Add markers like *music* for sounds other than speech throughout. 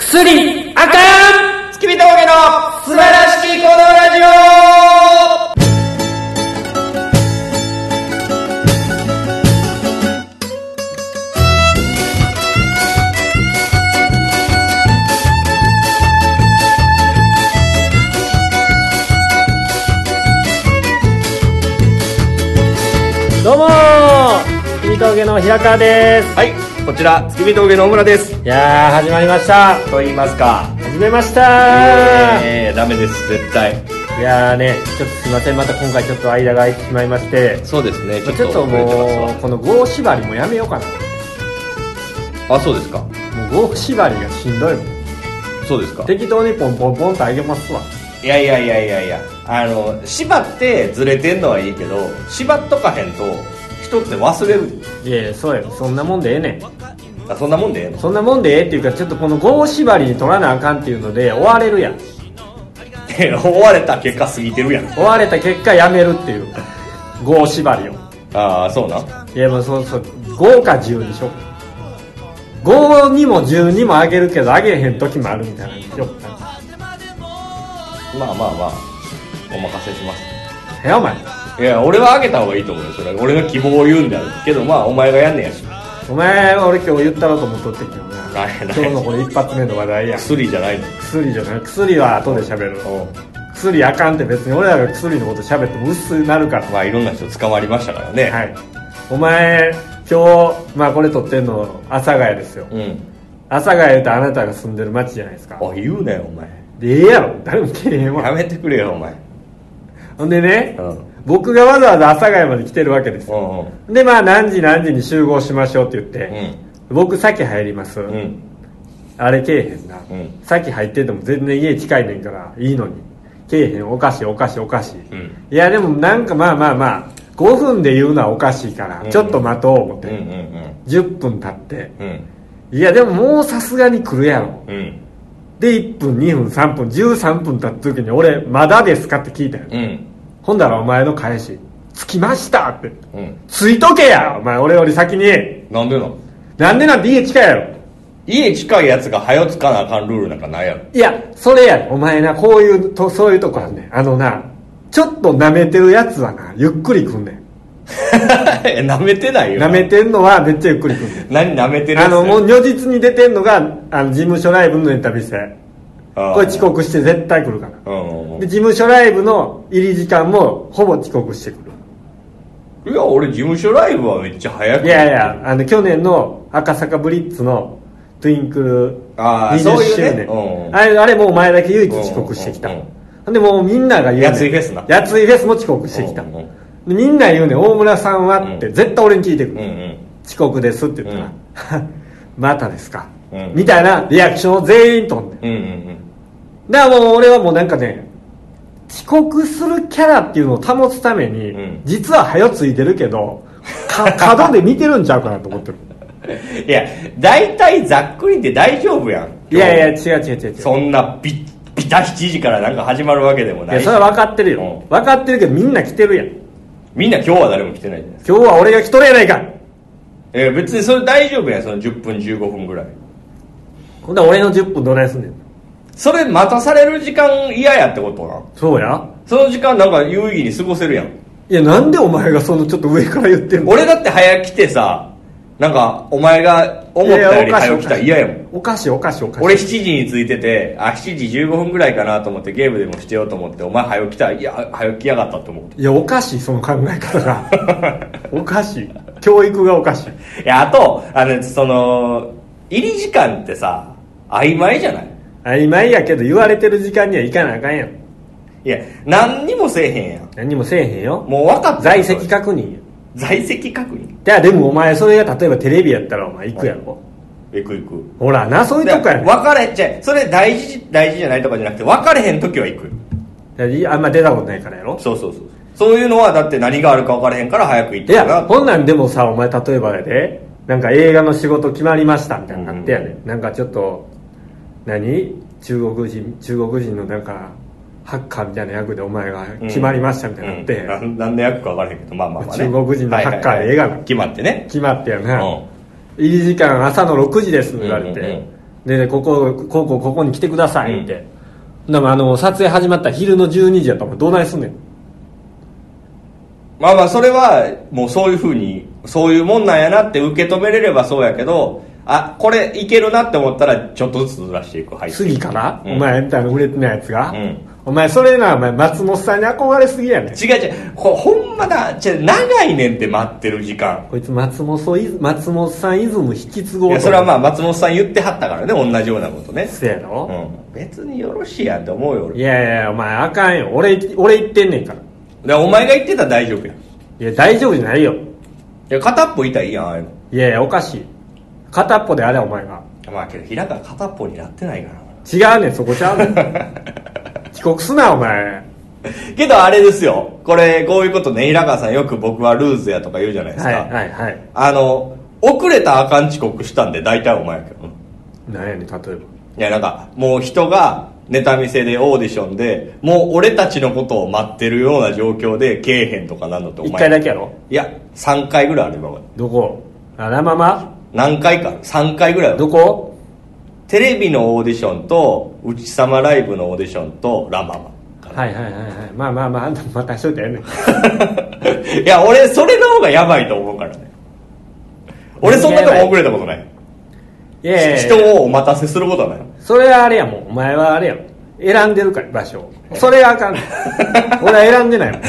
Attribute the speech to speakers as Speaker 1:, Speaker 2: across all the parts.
Speaker 1: スリアカン
Speaker 2: 月見峠の素晴らしきこのラジオ
Speaker 1: どうも月見峠の平川です
Speaker 2: はいこちら月見峠の小村です
Speaker 1: いやー始まりました
Speaker 2: と言いますか
Speaker 1: 始めました
Speaker 2: えー、ダメです絶対
Speaker 1: いやーねちょっとすいませんまた今回ちょっと間が空いてしまいまして
Speaker 2: そうですね
Speaker 1: ちょっともうこの郷縛りもやめようかな
Speaker 2: あそうですか
Speaker 1: もう郷縛りがしんどいもん
Speaker 2: そうですか
Speaker 1: 適当にポンポンポンとあげますわ
Speaker 2: いやいやいやいやいやあの縛ってずれてんのはいいけど縛っとかへんと人って忘れる
Speaker 1: いやいやそうやそんなもんでええねん
Speaker 2: あそんなもんでええの
Speaker 1: そんなもんでええっていうかちょっとこの郷縛りに取らなあかんっていうので追われるやん
Speaker 2: 追われた結果過ぎてるやん
Speaker 1: 追われた結果やめるっていう郷縛りを
Speaker 2: ああそうなん
Speaker 1: いやもうそうそう5か10にしよう5にも10にもあげるけどあげへん時もあるみたいなんでしょ
Speaker 2: まあまあまあお任せします
Speaker 1: えお前
Speaker 2: いや俺はあげた方がいいと思うよそれは俺の希望を言うんだけどまあお前がやんねやし
Speaker 1: お前俺今日言ったろうと思っとってんけどな
Speaker 2: ない
Speaker 1: 今日のこれ一発目の話題やん
Speaker 2: 薬じゃないの
Speaker 1: 薬じゃない薬は後で喋る薬あかんって別に俺らが薬のこと喋っても薄くなるから
Speaker 2: まあいろんな人捕まりましたからね、
Speaker 1: はいお前今日まあこれ撮ってんの阿佐ヶ谷ですよ
Speaker 2: うん
Speaker 1: 阿佐ヶ谷ってあなたが住んでる町じゃないですか
Speaker 2: おい言うなよお前
Speaker 1: でええやろ誰も来てへん
Speaker 2: や
Speaker 1: わ
Speaker 2: めてくれよお前
Speaker 1: ほんでね、
Speaker 2: うん
Speaker 1: 僕がわざわざ阿佐ヶ谷まで来てるわけです
Speaker 2: う
Speaker 1: よ、
Speaker 2: ん
Speaker 1: でまあ何時何時に集合しましょうって言って、僕先入ります、
Speaker 2: うんうん
Speaker 1: あれけえへんな、
Speaker 2: うん
Speaker 1: 先入ってても全然家近いねんからいいのにけえへんおかしいおかしいおかしい、
Speaker 2: うん
Speaker 1: いやでもなんかまあまあまあ5分で言うのはおかしいから、
Speaker 2: うん
Speaker 1: ちょっと待とう思っ
Speaker 2: う
Speaker 1: て、
Speaker 2: んうん
Speaker 1: 10分経って
Speaker 2: うんうん
Speaker 1: いやでももうさすがに来るやろ
Speaker 2: うん
Speaker 1: で1分2分3分13分経った時に俺「まだですか?」って聞いたよ、
Speaker 2: うん
Speaker 1: ほんだらお前の返し「着きました!」って
Speaker 2: うん
Speaker 1: 「ついとけやお前俺より先に
Speaker 2: なんでなん
Speaker 1: なんでなんて家近いやろ
Speaker 2: 家近いやつが早つかなあかんルールなんかないやろ *laughs*
Speaker 1: いやそれやお前なこういうとそういうとこあんねんあのなちょっと舐めてるやつはなゆっくり来んね
Speaker 2: なめてない
Speaker 1: ん
Speaker 2: よ
Speaker 1: 舐めてんのはめっちゃゆっくり来んねん
Speaker 2: 何なめてる
Speaker 1: あの、もう
Speaker 2: う
Speaker 1: 如実に出てんのが、あの、事務所ライブのエンタビューこれ遅刻して絶対来るから。
Speaker 2: うんうん
Speaker 1: で、事務所ライブの入り時間も、ほぼ遅刻してくる。
Speaker 2: いや俺事務所ライブはめっちゃ早く
Speaker 1: いやいや、あの、去年の赤坂ブリッツの、トゥインクル
Speaker 2: あー
Speaker 1: 20
Speaker 2: そういう
Speaker 1: 周
Speaker 2: ね
Speaker 1: 年。
Speaker 2: うんうん
Speaker 1: あれ、あれもうお前だけ唯一遅刻してきた。
Speaker 2: うんうん
Speaker 1: ほんで、もうみんなが言うねん。
Speaker 2: やついフェスな
Speaker 1: やついフェスも遅刻してきた。
Speaker 2: うんうん
Speaker 1: でみんな言うねん、大村さんはって、
Speaker 2: うん
Speaker 1: 絶対俺に聞いてくる。
Speaker 2: うんうん
Speaker 1: 遅刻ですって言ったら、 *laughs* またですか、
Speaker 2: うん
Speaker 1: みたいなリアクションを全員とんねん
Speaker 2: うんうん
Speaker 1: だからもう俺はもうなんかね遅刻するキャラっていうのを保つために、
Speaker 2: うん
Speaker 1: 実は早ついてるけどか *laughs* 角で見てるんちゃうかなと思ってる
Speaker 2: うんいや大体ざっくりで大丈夫やん
Speaker 1: *laughs* いやいや違う違う違う違う
Speaker 2: そんなビビタ7時からなんか始まるわけでも
Speaker 1: い
Speaker 2: ない
Speaker 1: や
Speaker 2: し
Speaker 1: それは分かってるよ、
Speaker 2: うん
Speaker 1: 分かってるけどみんな来てるやん
Speaker 2: みんな今日は誰も来てないじゃないですか
Speaker 1: 今日は俺が来とるやないか
Speaker 2: いや別にそれ大丈夫やんその10分15分ぐらい
Speaker 1: ほんなら俺の10分どないすんねん
Speaker 2: それ待たされる時間嫌やってことな
Speaker 1: そうや
Speaker 2: その時間なんか有意義に過ごせるやん
Speaker 1: いやなんでお前がそのちょっと上から言ってんの
Speaker 2: 俺だって早来てさなんかお前が思ったより早来たら嫌やもん
Speaker 1: おかしいおかしいおかしい
Speaker 2: 俺7時に着いててあ7時15分ぐらいかなと思ってゲームでもしてようと思ってお前早起きたいや早起きやがったと思って
Speaker 1: いやおかしいその考え方が *laughs* おかしい教育がおかしい
Speaker 2: いやあとあのその入り時間ってさ曖昧じゃない
Speaker 1: 曖昧やけど言われてる時間には行かなあかんやん
Speaker 2: いや何にもせえへんやん
Speaker 1: 何もせえへんよ
Speaker 2: もう分かった
Speaker 1: 在籍確認や
Speaker 2: 在籍確認
Speaker 1: じゃあでもお前それが例えばテレビやったらお前行くやろ、
Speaker 2: 行く行く
Speaker 1: ほらなそういうと
Speaker 2: 分
Speaker 1: こやねん
Speaker 2: かれちゃうそれ大事大事じゃないとかじゃなくて分かれへん時は行く
Speaker 1: だってあんま出たことないからやろ
Speaker 2: そうそうそうそういうのはだって何があるか分からへんから早く行っ
Speaker 1: い
Speaker 2: て
Speaker 1: やほんなんでもさお前例えばやでなんか映画の仕事決まりましたみたいなのあってやね、ん、なんかちょっと何中国人中国人のなんかハッカーみたいな役でお前が決まりましたみたいなのあって、
Speaker 2: うんな何の役か分からへんけどまあまあまあ、ね、
Speaker 1: 中国人のハッカーで映画な
Speaker 2: 決まってね
Speaker 1: 決まってやな、
Speaker 2: う
Speaker 1: 入り時間朝の6時ですって言われて、
Speaker 2: うんうんうん
Speaker 1: でここここここに来てくださいって、でもあの撮影始まった昼の12時やったらもうどないすんねん
Speaker 2: まあまあそれはもうそういうふうにそういうもんなんやなって受け止めれればそうやけどあこれいけるなって思ったらちょっとずつずらしていく配信
Speaker 1: 次から、
Speaker 2: うん
Speaker 1: お前みたいな売れてないやつが、
Speaker 2: うん
Speaker 1: お前それなお前松本さんに憧れすぎやねん
Speaker 2: 違う違うこほんまだ違う長いねんって待ってる時間
Speaker 1: こいつ松本さんイズ松本さんイズム引き継
Speaker 2: い
Speaker 1: ごう
Speaker 2: やそれはま
Speaker 1: あ
Speaker 2: あ松本さん言ってはったからね同じようなことね、
Speaker 1: せや
Speaker 2: う
Speaker 1: ろ、
Speaker 2: ん、別によろしいやんって思うよ
Speaker 1: い
Speaker 2: 俺
Speaker 1: やいやいやお前あかんよ俺俺言ってんねんから
Speaker 2: でお前が言ってたら大丈夫やんい
Speaker 1: いや大丈夫じゃないよ
Speaker 2: や片っぽ痛いやんああいうの
Speaker 1: いやいやおかしい片っぽであれお前が
Speaker 2: まあけど平川片っぽになってないか
Speaker 1: 違
Speaker 2: ら
Speaker 1: うねんそこちゃうねん
Speaker 2: *laughs*
Speaker 1: 遅刻すなお前
Speaker 2: けどあれですよこれこういうことね平川さんよく僕はルーズやとか言うじゃないですか、
Speaker 1: はいはいはい
Speaker 2: あの遅れたらあかん遅刻したんで大体お前やけどな
Speaker 1: なんやねん例えば
Speaker 2: いやなんかもう人がネタ見せでオーディションでもう俺たちのことを待ってるような状況でけえへんとかなんのってお前
Speaker 1: 1回だけやろ
Speaker 2: いや3回ぐらいある今まで
Speaker 1: どこあらまま
Speaker 2: 何回か3回ぐらいある
Speaker 1: どこ
Speaker 2: テレビのオーディションと「うちさまライブ」のオーディションと「ラ・マ *laughs* マ」
Speaker 1: はいはいはいはいまあまあまああんたまたしといてやんねん
Speaker 2: いや俺それの方がやばいと思うからね俺そんなとこ遅れたことない
Speaker 1: いやいやいや
Speaker 2: *laughs* 人をお待たせすることはない *laughs*
Speaker 1: それはあれやもんお前はあれやもん選んでるから場所をそれはあ
Speaker 2: *laughs*
Speaker 1: かんねん俺は選んでないもん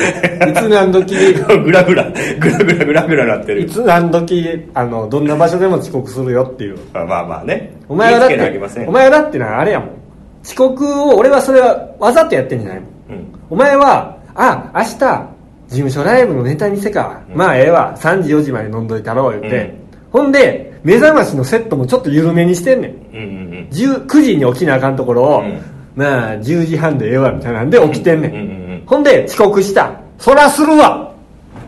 Speaker 1: いつ何
Speaker 2: *laughs*
Speaker 1: 時
Speaker 2: グラグラグラグラグラグラなって
Speaker 1: い
Speaker 2: る
Speaker 1: つ何時あのどんな場所でも遅刻するよっていう
Speaker 2: まあまあまあね
Speaker 1: お前はだっ
Speaker 2: 気ぃつけなあ
Speaker 1: て
Speaker 2: きません
Speaker 1: お前はだってなあれやもん遅刻を俺はそれはわざとやってんじゃないもん
Speaker 2: うん
Speaker 1: お前はあ明日事務所ライブのネタ見せか、
Speaker 2: うん
Speaker 1: まあええわ3時4時まで飲んどいたろう言って、
Speaker 2: うん
Speaker 1: ほんで目覚ましのセットもちょっと緩めにしてんねん
Speaker 2: うんうんうん
Speaker 1: 10 9時に起きなあかんところを、
Speaker 2: うん
Speaker 1: まあ10時半でええわみたいなんで起きてんねん,、
Speaker 2: うんうんうん
Speaker 1: ほんで遅刻したそらするわ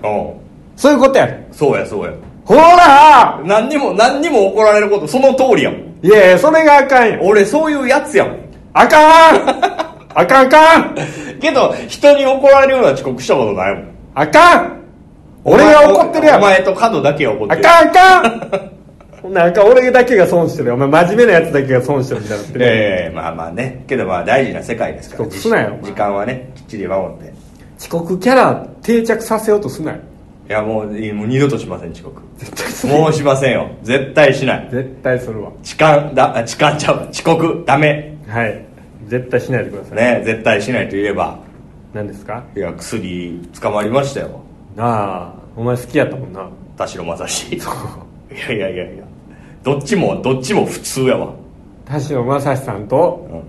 Speaker 2: おう
Speaker 1: そういうことやねん
Speaker 2: そうやそうや
Speaker 1: ほら
Speaker 2: 何にも何にも怒られることその通りやもん
Speaker 1: いやいやそれがあかんよ
Speaker 2: 俺そういうやつやもん
Speaker 1: あかん
Speaker 2: *laughs*
Speaker 1: あかんあかん
Speaker 2: けど人に怒られるような遅刻したことないもん
Speaker 1: あかん俺が怒ってるやん
Speaker 2: お前と角だけが怒って
Speaker 1: あ
Speaker 2: る
Speaker 1: かんあかんなんか俺だけが損してるよお前真面目なやつだけが損してるみたいになってる
Speaker 2: ええまあまあねけどまあ大事な世界ですから
Speaker 1: 遅刻すなよ
Speaker 2: 時時間はねきっちり守って
Speaker 1: 遅刻キャラ定着させようとすなよ
Speaker 2: いやもういいもう二度としません遅刻もうしませんよ *laughs* 絶対しない
Speaker 1: 絶対するわ
Speaker 2: 痴漢だあ痴漢ちゃうわ遅刻ダメ
Speaker 1: はい絶対しないでください
Speaker 2: ね絶対しないといえば
Speaker 1: 何ですか
Speaker 2: いや薬捕まりましたよ
Speaker 1: ああお前好きやったもんな
Speaker 2: 田代正史いやいやいやいやどっちもどっちも普通やわ、
Speaker 1: 田代正史さんと
Speaker 2: うん、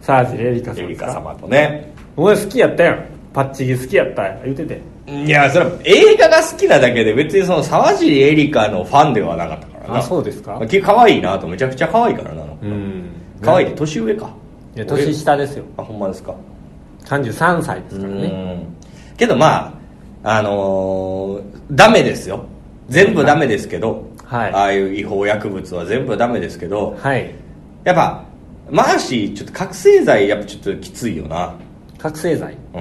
Speaker 1: サージレリカさ
Speaker 2: エ
Speaker 1: んで
Speaker 2: リ
Speaker 1: す
Speaker 2: カ
Speaker 1: か
Speaker 2: 様とね
Speaker 1: お前好きやったやんパッチギ好きやったやん言うてて
Speaker 2: いやそれは映画が好きなだけで別にその沢尻エリカのファンではなかったからな
Speaker 1: あそうですか
Speaker 2: き可愛いなとめちゃくちゃ可愛いからなの
Speaker 1: うん
Speaker 2: 可愛いって年上か
Speaker 1: いや年下ですよ
Speaker 2: あほんまですか
Speaker 1: 33歳です
Speaker 2: う
Speaker 1: からね
Speaker 2: んけどまああのーダメですよ全部ダメですけど、
Speaker 1: はい
Speaker 2: ああいう違法薬物は全部ダメですけど
Speaker 1: はい
Speaker 2: やっぱマーシーちょっと覚醒剤やっぱちょっときついよな
Speaker 1: 覚醒剤
Speaker 2: うん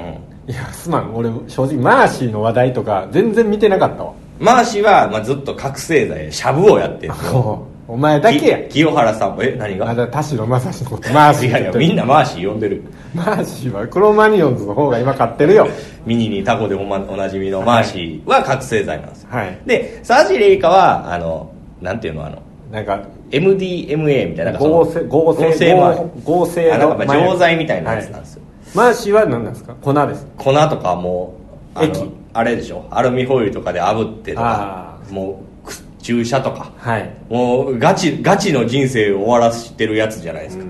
Speaker 1: いやすまん俺正直マーシーの話題とか全然見てなかったわ
Speaker 2: マーシーは、まあ、ずっと覚醒剤しゃぶをやってる
Speaker 1: そうお前だけや
Speaker 2: き清原さんもえ何が
Speaker 1: まだ田代正史のことマーシ
Speaker 2: い
Speaker 1: ー
Speaker 2: やいやみん
Speaker 1: な
Speaker 2: なマーシー呼んでる
Speaker 1: マーシーはクロマニオンズの方が今買ってるよ
Speaker 2: ミニにタコでお,、ま、おなじみのマーシーは覚醒剤なんですよ、
Speaker 1: はい
Speaker 2: でサージレイカはあのなんていうのあの
Speaker 1: なんか
Speaker 2: MDMA みたいななんかそ
Speaker 1: 合
Speaker 2: の
Speaker 1: 成合成
Speaker 2: 合成麻
Speaker 1: 合合成
Speaker 2: あなんかまあ
Speaker 1: 麻薬
Speaker 2: 錠剤みたいなやつなんですよ、
Speaker 1: マーシーは何なんですか粉です
Speaker 2: 粉とかもうあの
Speaker 1: 液
Speaker 2: あれでしょアルミホイルとかで炙ってとか
Speaker 1: あ
Speaker 2: もうく注射とか
Speaker 1: はい
Speaker 2: もうガチガチの人生を終わらせてるやつじゃないです
Speaker 1: う
Speaker 2: か、
Speaker 1: ん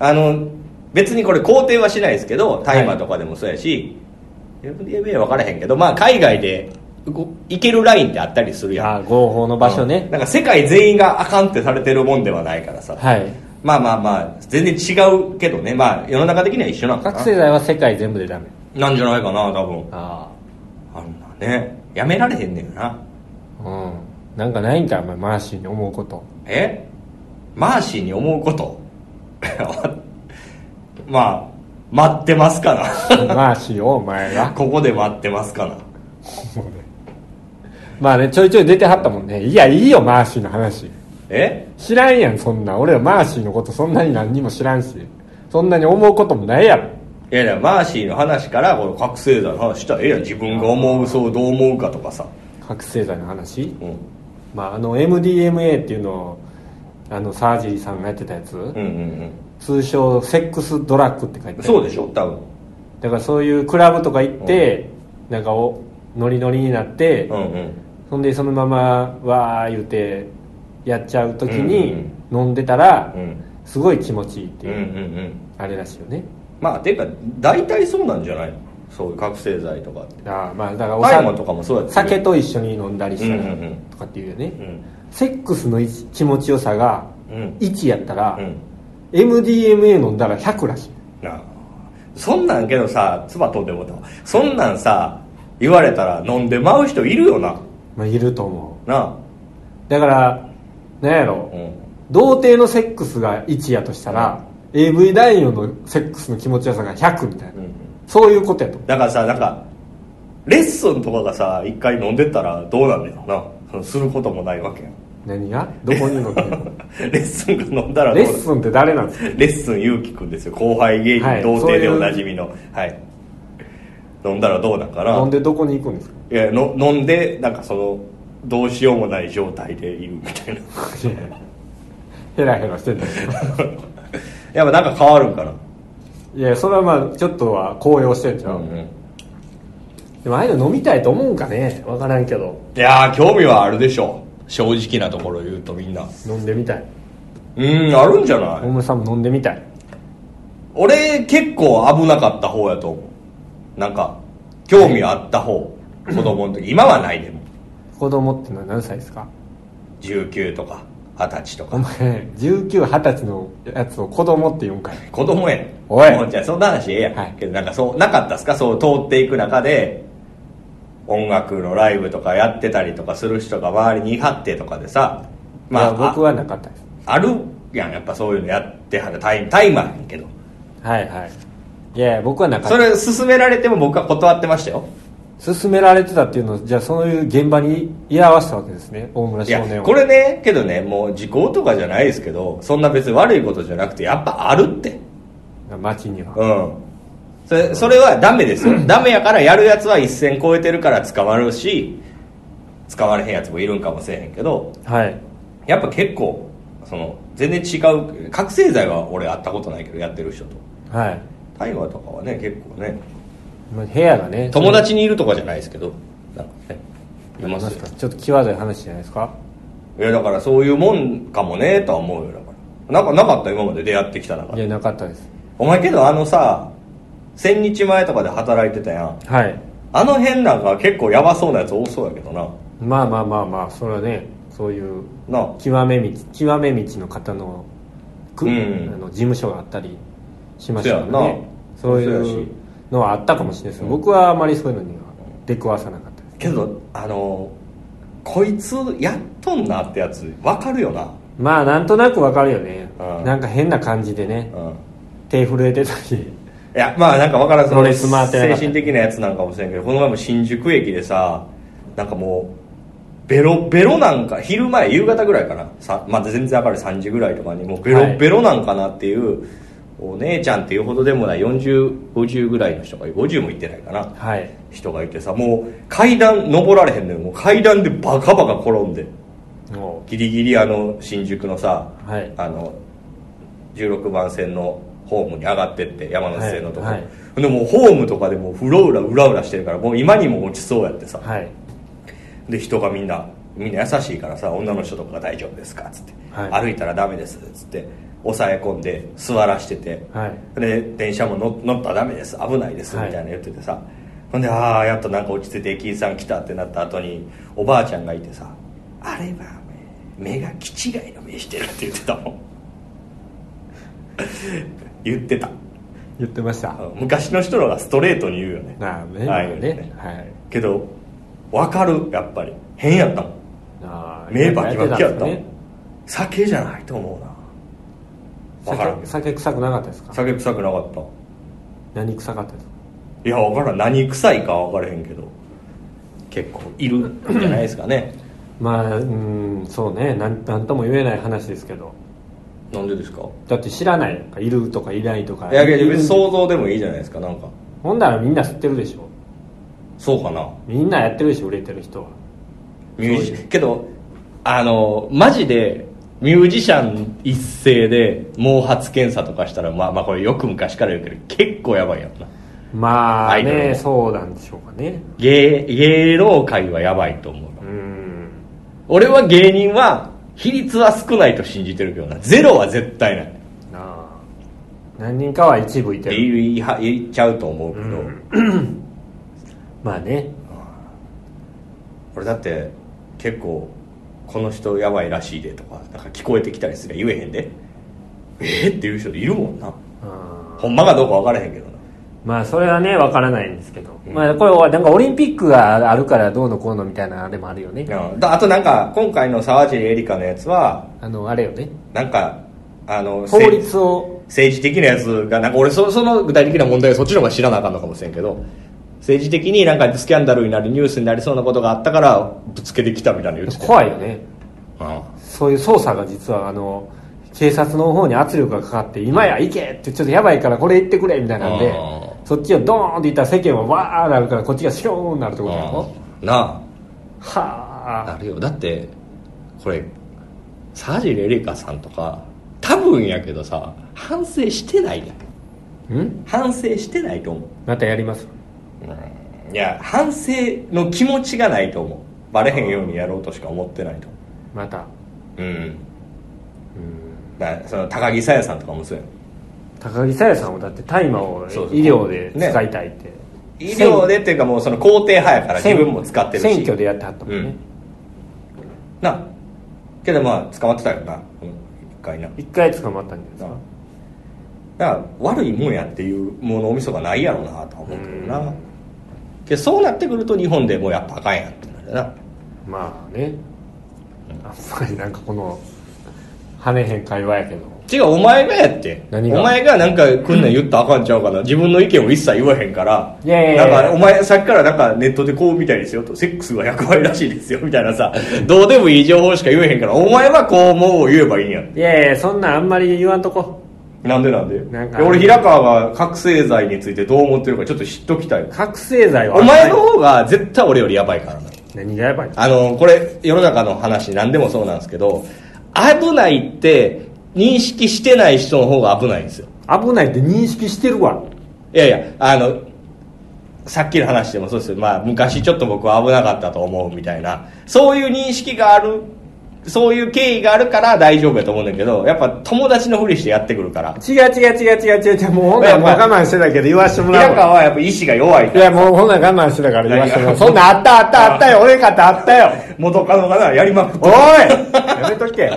Speaker 2: あの別にこれ肯定はしないですけど大麻とかでもそうやし、MDMA は分からへんけど、まあ、海外でこ行けるラインってあったりするやん
Speaker 1: あー合法の場所
Speaker 2: うん
Speaker 1: ね
Speaker 2: なんか世界全員があかんってされてるもんではないからさ、
Speaker 1: はい
Speaker 2: まあまあまあ全然違うけどねまあ世の中的には一緒なんか
Speaker 1: 覚
Speaker 2: な
Speaker 1: 醒剤は世界全部でダメ
Speaker 2: なんじゃないかな多分
Speaker 1: あ
Speaker 2: あんなねやめられへんねんな
Speaker 1: あうんなんかないんかお前マーシーに思うこと *laughs*
Speaker 2: えマーシーに思うこと *laughs* まあ待ってますか
Speaker 1: マーシーをお前
Speaker 2: な
Speaker 1: が
Speaker 2: *laughs* ここで待ってますかな
Speaker 1: もうねまあねちょいちょい出てはったもんねいやいいよマーシーの話
Speaker 2: え
Speaker 1: 知らんやんそんなん俺らマーシーのことそんなに何にも知らんしそんなに思うこともないやろ
Speaker 2: いやいやマーシーの話からこの覚醒剤の話したらええやん自分が思うそうどう思うかとかさ、
Speaker 1: 覚醒剤の話
Speaker 2: うん、
Speaker 1: まああの MDMA っていうのをあのサージリさんがやってたやつ、
Speaker 2: うんうん
Speaker 1: 通称セックスドラッグって書いてあ
Speaker 2: うん
Speaker 1: る
Speaker 2: そうでしょ多分
Speaker 1: だからそういうクラブとか行って、なんかおノリノリになって、
Speaker 2: うんうん
Speaker 1: そんでそのままわー言うてやっちゃう時
Speaker 2: うん
Speaker 1: に飲んでたら、
Speaker 2: うん
Speaker 1: すごい気持ちいいって
Speaker 2: うんう
Speaker 1: い
Speaker 2: ん
Speaker 1: う、
Speaker 2: うん
Speaker 1: あれらしいよね
Speaker 2: まあていうか大体そうなんじゃないのそういう覚醒剤とかって
Speaker 1: あーまあだからお
Speaker 2: 大麻
Speaker 1: 酒
Speaker 2: とかもそうや
Speaker 1: 酒と一緒に飲んだりした
Speaker 2: うん
Speaker 1: ら
Speaker 2: うんうん
Speaker 1: とかっていうよね、
Speaker 2: うん
Speaker 1: セックスのい気持ちよさが
Speaker 2: うん
Speaker 1: 1やったら、
Speaker 2: うん
Speaker 1: MDMA 飲んだら100らしい
Speaker 2: なあそんなんけどさ唾飛んでもうたわそんなんさ言われたら飲んでまう人いるよな
Speaker 1: まあいると思
Speaker 2: なあ
Speaker 1: うだからなんやろ、
Speaker 2: うん
Speaker 1: 童貞のセックスが1やとしたら、AV 男優のセックスの気持ちよさが100みたいな、
Speaker 2: うん
Speaker 1: そういうことやと
Speaker 2: だからさなんかレッスンとかがさ一回飲んでったらどうなんだよなそのすることもないわけやん *laughs*
Speaker 1: 何がどこに飲んでんの
Speaker 2: レッスンが飲んだらど
Speaker 1: レ
Speaker 2: う
Speaker 1: ッ
Speaker 2: なん
Speaker 1: スンって誰なんですか
Speaker 2: レッスンゆうきくんですよ後輩芸人、
Speaker 1: はい
Speaker 2: 童貞でおなじみのはい飲んだらどうなんかな
Speaker 1: 飲んでどこに行くんです
Speaker 2: いやの飲んでなんかそのどうしようもない状態でいるみたいな *laughs*
Speaker 1: かいや *laughs* ヘラヘラしてんだけど
Speaker 2: やっぱなんか変わるんかない
Speaker 1: やそれはまあちょっとは高揚してんじゃん、
Speaker 2: うん
Speaker 1: でもああいうの飲みたいと思うんかね分からんけど
Speaker 2: いやー興味はあるでしょ正直なところ言うとみんな
Speaker 1: 飲んでみたい
Speaker 2: うんあるんじゃな
Speaker 1: 大
Speaker 2: い
Speaker 1: 村さんも飲んでみたい
Speaker 2: 俺結構危なかった方やと思うなんか興味あった方子供の時今はないでも
Speaker 1: 子供ってのは何歳ですか
Speaker 2: 19とか二十歳と
Speaker 1: お
Speaker 2: か
Speaker 1: 前1920歳のやつを子供って言うんかい
Speaker 2: 子供やね
Speaker 1: おい
Speaker 2: もうじゃあそんな話ええやん、
Speaker 1: はい
Speaker 2: けどなんかそうなかったっすかそう通っていく中で音楽のライブとかやってたりとかする人が周りにいはってとかでさ
Speaker 1: まあ僕
Speaker 2: は
Speaker 1: はなかったです
Speaker 2: あるやんやっぱそういうのやってはるタイタイマーやんけど
Speaker 1: はいはいいやいや僕はなか
Speaker 2: そ
Speaker 1: っ
Speaker 2: れ勧められても僕は断ってましたよ
Speaker 1: た勧められてたっていうのをじゃあそういう現場に居合わせたわけですね大村
Speaker 2: い
Speaker 1: 少年
Speaker 2: や
Speaker 1: を
Speaker 2: これねけどねもう時効とかじゃないですけどそんな別に悪いことじゃなくてやっぱあるって
Speaker 1: 街には
Speaker 2: うんそれそれはダメですよダメやからやるやつは一線超えてるから捕まるし捕まれへんやつもいるんかもしれへんけど
Speaker 1: はい
Speaker 2: やっぱ結構その全然違う覚醒剤は俺会ったことないけどやってる人と
Speaker 1: はい
Speaker 2: 大麻とかはね結構ね
Speaker 1: まあ部屋がね
Speaker 2: 友達にいるとかじゃないですけどなんかねい
Speaker 1: な
Speaker 2: ま
Speaker 1: ん
Speaker 2: す
Speaker 1: です
Speaker 2: よ
Speaker 1: かちょっと際どい話じゃないですか
Speaker 2: いやだからそういうもんかもねとは思うよだからなんかなかった今まで出会ってきた中
Speaker 1: い
Speaker 2: で
Speaker 1: やなかったです
Speaker 2: お前けどあのさ千日前とかで働いてたやん
Speaker 1: はい
Speaker 2: あの辺なんか結構ヤバそうなやつ多そうやけどな
Speaker 1: まあまあまあまあそれはねそういう
Speaker 2: なあ
Speaker 1: 極め道極め道の方の,、く
Speaker 2: うん
Speaker 1: あの事務所があったりしましたから
Speaker 2: そうやん
Speaker 1: ね
Speaker 2: な
Speaker 1: そうい
Speaker 2: そうやし
Speaker 1: うのはあったかもしれないですけど、僕はあまりそういうのには出くわさなかったです
Speaker 2: けどあのこいつやっとんなってやつわかるよな
Speaker 1: まあなんとなくわかるよね、
Speaker 2: うん
Speaker 1: なんか変な感じでね
Speaker 2: うん
Speaker 1: 手震えてた
Speaker 2: *laughs*
Speaker 1: り
Speaker 2: いやまあなんかわからんそ
Speaker 1: プ
Speaker 2: の
Speaker 1: ロレス回ってなかっ
Speaker 2: 精
Speaker 1: た
Speaker 2: 神的なやつなんかもしれんけどこの前も新宿駅でさなんかもうベロベロなんか昼前夕方ぐらいかなさまだ全然明るい3時ぐらいとかにもうベ
Speaker 1: は
Speaker 2: ロ
Speaker 1: い
Speaker 2: ベロなんかなっていう、お姉ちゃんっていうほどでもない4050ぐらいの人が50もいってないかな
Speaker 1: はい
Speaker 2: 人がいてさもう階段登られへんのよもう階段でバカバカ転んで
Speaker 1: も
Speaker 2: ギリギリあの新宿のさ
Speaker 1: うはい
Speaker 2: あの16番線のホームに上がってって山手線のとこ、
Speaker 1: はいはい
Speaker 2: でもうホームとかでもううろうらうらうらしてるからもう今にも落ちそうやってさ
Speaker 1: はい
Speaker 2: で人がみんなみんな優しいからさ女の人とかが大丈夫ですかっつって、
Speaker 1: はい
Speaker 2: 歩いたらダメですっつって抑え込んで座らしてて、
Speaker 1: はい
Speaker 2: で電車も乗乗ったらダメです危ないですみ
Speaker 1: はい
Speaker 2: たいな言っててさ、ほんでああやっとなんか落ち着いて駅員さん来たってなった後におばあちゃんがいてさ「あれは目が気違いの目してる」って言ってたもん *laughs* 言ってた
Speaker 1: 言ってました
Speaker 2: 昔の人らがストレートに言うよね
Speaker 1: なあね
Speaker 2: ああ
Speaker 1: まあ
Speaker 2: いうの
Speaker 1: ね
Speaker 2: ね
Speaker 1: はい
Speaker 2: けど分かるやっぱり変やったもん
Speaker 1: ああ
Speaker 2: 目バキバキやったもん
Speaker 1: ね
Speaker 2: 酒じゃないと思うな分から
Speaker 1: 酒
Speaker 2: んけど
Speaker 1: 酒臭くなかったですか
Speaker 2: 酒臭くなかった
Speaker 1: 何臭かったですか
Speaker 2: いや分からん何臭いかは分からへんけど結構いるんじゃないですかね
Speaker 1: まあうんそうねなんなんとも言えない話ですけど
Speaker 2: なんでですか
Speaker 1: だって知らないやんかいるとかいないとか
Speaker 2: いやいや別に
Speaker 1: う
Speaker 2: 想像でもいいじゃないですかなんか
Speaker 1: ほんならみんな知ってるでしょ
Speaker 2: そうかな
Speaker 1: みんなやってるでしょ売れてる人は
Speaker 2: ミュージけどあのマジでミュージシャン一斉で毛髪検査とかしたらまあまあこれよく昔から言うけど結構やばいやんな
Speaker 1: まあ
Speaker 2: アイドル
Speaker 1: ね
Speaker 2: も
Speaker 1: そうなんでしょうかね
Speaker 2: 芸芸能界はやばいと思う
Speaker 1: うーん
Speaker 2: 俺は芸人は比率は少ないと信じてるけどなゼロは絶対ない
Speaker 1: なあ何人かは一部いて
Speaker 2: って
Speaker 1: る
Speaker 2: 言いは言っちゃうと思うけど、
Speaker 1: まあね
Speaker 2: 俺だって結構この人やばいらしいでとかなんか聞こえてきたりすりゃ言えへんでえー、っていう人いるもんな
Speaker 1: うん
Speaker 2: ほんまかどうか分からへんけどな
Speaker 1: まあそれはねわからないんですけど、
Speaker 2: うん
Speaker 1: まあこれはなんかオリンピックがあるからどうのこうのみたいなあれもあるよね
Speaker 2: うんだあとなんか今回の沢尻エリカのやつは
Speaker 1: あのあれよね
Speaker 2: なんかあの
Speaker 1: 法
Speaker 2: 政
Speaker 1: 律を
Speaker 2: 政治的なやつがなんか俺そその具体的な問題はそっちの方が知らなあかんのかもしれんけど政治的になんかスキャンダルになりニュースになりそうなことがあったからぶつけてきたみたいな言ってた
Speaker 1: 怖いよね
Speaker 2: うん
Speaker 1: そういう捜査が実はあの警察の方に圧力がかかって今や行けってちょっとやばいからこれ行ってくれみたいなんで
Speaker 2: あ
Speaker 1: そっちをドーンっていったら世間はわーなるからこっちがシューンなるってことやろ
Speaker 2: うんなあ
Speaker 1: はあ
Speaker 2: なるよだってこれ沢尻エリカさんとか多分やけどさ反省してないやん
Speaker 1: ん
Speaker 2: 反省してないと思う
Speaker 1: またやります
Speaker 2: いや反省の気持ちがないと思うバレへんようにやろうとしか思ってないと思
Speaker 1: また
Speaker 2: ううんだからその高木沙耶さんとかもそうやん
Speaker 1: 高木沙耶さんはだって大麻を
Speaker 2: そうそう
Speaker 1: 医療で使いたいって、
Speaker 2: 医療でっていうかもうその肯定派やから自分も使ってるし
Speaker 1: 選挙でやってはったもんね、
Speaker 2: なけどまあ捕まってたよな、うん、一回な
Speaker 1: 一回捕まったんじゃないです
Speaker 2: な
Speaker 1: か
Speaker 2: だから悪いもんやっていうものおみそがないやろうなとは思うけどなけどそうなってくると日本でもうやっぱあかんやんってなるな
Speaker 1: まあねあんまりなんかこの跳ねへん会話やけど
Speaker 2: 違うお前がやって
Speaker 1: 何が
Speaker 2: お前がなんかこんなん言ったらあかんちゃうかな自分の意見を一切言わへんから
Speaker 1: いやいやいや
Speaker 2: なんかお前さっきからなんかネットでこうみたいですよとセックスは100倍らしいですよみたいなさどうでもいい情報しか言えへんからお前はこう思うを言えばいいんや
Speaker 1: いやいやそんなんあんまり言わんとこ
Speaker 2: なんでなんで
Speaker 1: なんか
Speaker 2: で俺平川が覚醒剤についてどう思ってるかちょっと知っときたい
Speaker 1: 覚醒剤は
Speaker 2: お前の方が絶対俺よりやばいからな
Speaker 1: 何がやばい
Speaker 2: あのこれ世の中の話何でもそうなんですけど危ないって認識してない人の方が危ないんですよ
Speaker 1: 危ないって認識してるわ
Speaker 2: いやいやあのさっきの話でもそうですよ、まあ、昔ちょっと僕は危なかったと思うみたいなそういう認識があるそういう経緯があるから大丈夫やと思うんだけどやっぱ友達のふりしてやってくるから
Speaker 1: 違う違う違う違う違う違うもうほんなら
Speaker 2: やっ
Speaker 1: もう
Speaker 2: ぱ
Speaker 1: 我慢してたけど言わしても
Speaker 2: 平
Speaker 1: らう
Speaker 2: 川
Speaker 1: わ
Speaker 2: はやっぱ意志が弱い
Speaker 1: い
Speaker 2: から
Speaker 1: やもうほんなら我慢してたから言わしても
Speaker 2: *laughs*
Speaker 1: らう
Speaker 2: いやいや
Speaker 1: そんなんあったあったあった
Speaker 2: *laughs*
Speaker 1: よ俺かってあったよ
Speaker 2: 元カノがなやりまくって
Speaker 1: おい *laughs* やめとけおい
Speaker 2: い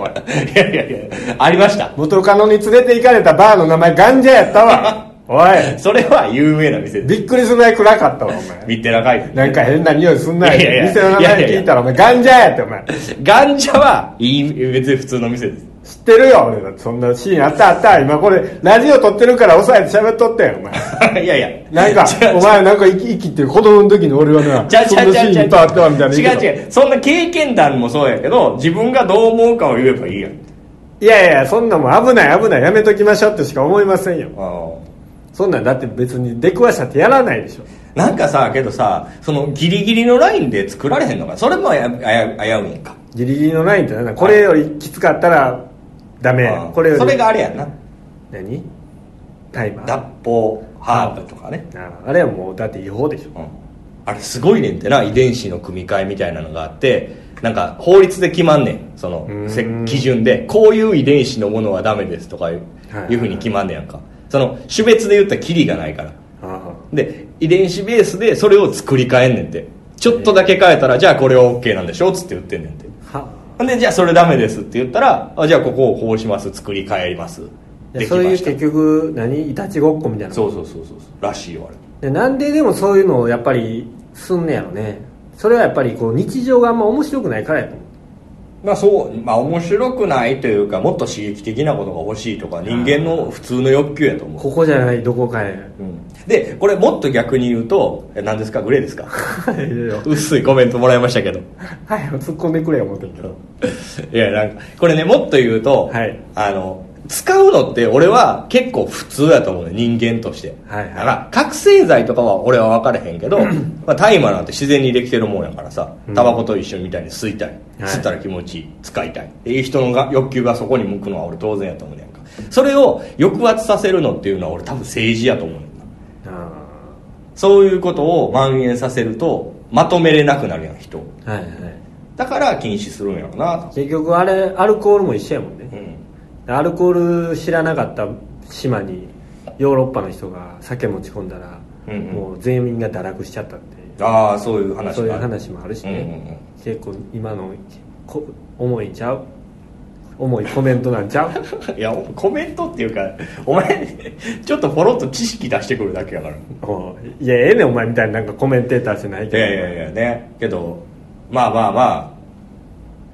Speaker 2: やいやいやありました
Speaker 1: 元カノに連れて行かれたバーの名前ガンジャやった
Speaker 2: *laughs*
Speaker 1: わおい
Speaker 2: それは有名な店です
Speaker 1: びっくりするぐらい暗かったわお前
Speaker 2: ミッテラ会
Speaker 1: なんか変な匂いすんなよ
Speaker 2: いやいや
Speaker 1: 店の名前聞いたらお前ガンジャやってお前
Speaker 2: ガンジャはいい別に普通の店で
Speaker 1: 知
Speaker 2: す *laughs*
Speaker 1: ってるよ俺だってそんなシーンあったあった今これラジオ撮ってるから抑えて喋っとったよお
Speaker 2: *laughs*
Speaker 1: 前
Speaker 2: いやいや
Speaker 1: なんか
Speaker 2: 違う
Speaker 1: お前なんか生き生きってる子供の時に俺はな
Speaker 2: じゃ
Speaker 1: そんなシーンいっぱいあったわみたいな
Speaker 2: 違う違うそんな経験談もそうやけど自分がどう思うかを言えばいいやん
Speaker 1: いやいやそんなもん危ない危ないやめときましょうってしか思いませんよそんなんだって別に出くわしたってやらないでしょ
Speaker 2: なんかさけどさそのギリギリのラインで作られへんのかそれもあやあや危ういんか
Speaker 1: ギリギリのラインってなんだこれよりきつかったらダメ
Speaker 2: あー
Speaker 1: これより
Speaker 2: それがあれやんな
Speaker 1: 何タイマー
Speaker 2: 脱法ハーブとかね、
Speaker 1: ああれはもうだって違法でしょ
Speaker 2: うんあれすごいねんてな遺伝子の組み換えみたいなのがあってなんか法律で決まんねんその
Speaker 1: ーん
Speaker 2: せ基準でこういう遺伝子のものはダメですとかいう,、
Speaker 1: はいはい
Speaker 2: い、うふうに決まんねやんかその種別で言ったらキリがないから
Speaker 1: あ
Speaker 2: で遺伝子ベースでそれを作り変えんねんてちょっとだけ変えたらじゃあこれは OK なんでしょっつって言ってんねんて
Speaker 1: あは
Speaker 2: ほんでじゃあそれダメですって言ったらあじゃあここをこうします作り変えます
Speaker 1: で
Speaker 2: できま
Speaker 1: そういう
Speaker 2: した
Speaker 1: 結局何いたちごっこみたいな
Speaker 2: そうそうそうそうそうらしいよあれ
Speaker 1: でなんででもそういうのをやっぱりすんねやろねそれはやっぱりこう日常があんま面白くないからやと思う
Speaker 2: まあそうまあ面白くないというかもっと刺激的なことが欲しいとか人間の普通の欲求やと思う
Speaker 1: ここじゃないどこか
Speaker 2: *laughs*
Speaker 1: へ
Speaker 2: うんでこれもっと逆に言うとえ何ですかグレーですか *laughs*
Speaker 1: いやいや
Speaker 2: 薄いコメントもらいましたけど
Speaker 1: 早く突っ込んでくれよ思ってるけど
Speaker 2: いやなんかこれねもっと言うと、
Speaker 1: はい
Speaker 2: あの使うのって俺は結構普通だと思うね人間として、
Speaker 1: はいはい
Speaker 2: だから覚醒剤とかは俺は分からへんけどまあ大麻、なんて自然にできてるもんやからさ
Speaker 1: うん
Speaker 2: タバコと一緒みたいに吸いたい、
Speaker 1: はい
Speaker 2: 吸ったら気持ちいい使いたいいい人のが欲求がそこに向くのは俺当然やと思うねんかそれを抑圧させるのっていうのは俺多分政治やと思うねんな
Speaker 1: あ
Speaker 2: そういうことを蔓延させるとまとめれなくなるやん人
Speaker 1: あはいはい
Speaker 2: だから禁止するんやろな
Speaker 1: 結局あれアルコールも一緒やもんね
Speaker 2: うん
Speaker 1: アルコール知らなかった島にヨーロッパの人が酒持ち込んだら、
Speaker 2: うんうん
Speaker 1: もう全員が堕落しちゃったっていう
Speaker 2: ああそういう話が
Speaker 1: そういう話もあるし
Speaker 2: うんうんうん
Speaker 1: ね、結構今のこ重いんちゃう重いコメントなんち
Speaker 2: *laughs*
Speaker 1: ゃう
Speaker 2: いやコメントっていうかお前ちょっとポロッと知識出してくるだけやからい
Speaker 1: おういやええねんお前みたいになんかコメンテーターじゃないけど
Speaker 2: やいやいやねけどまあまあま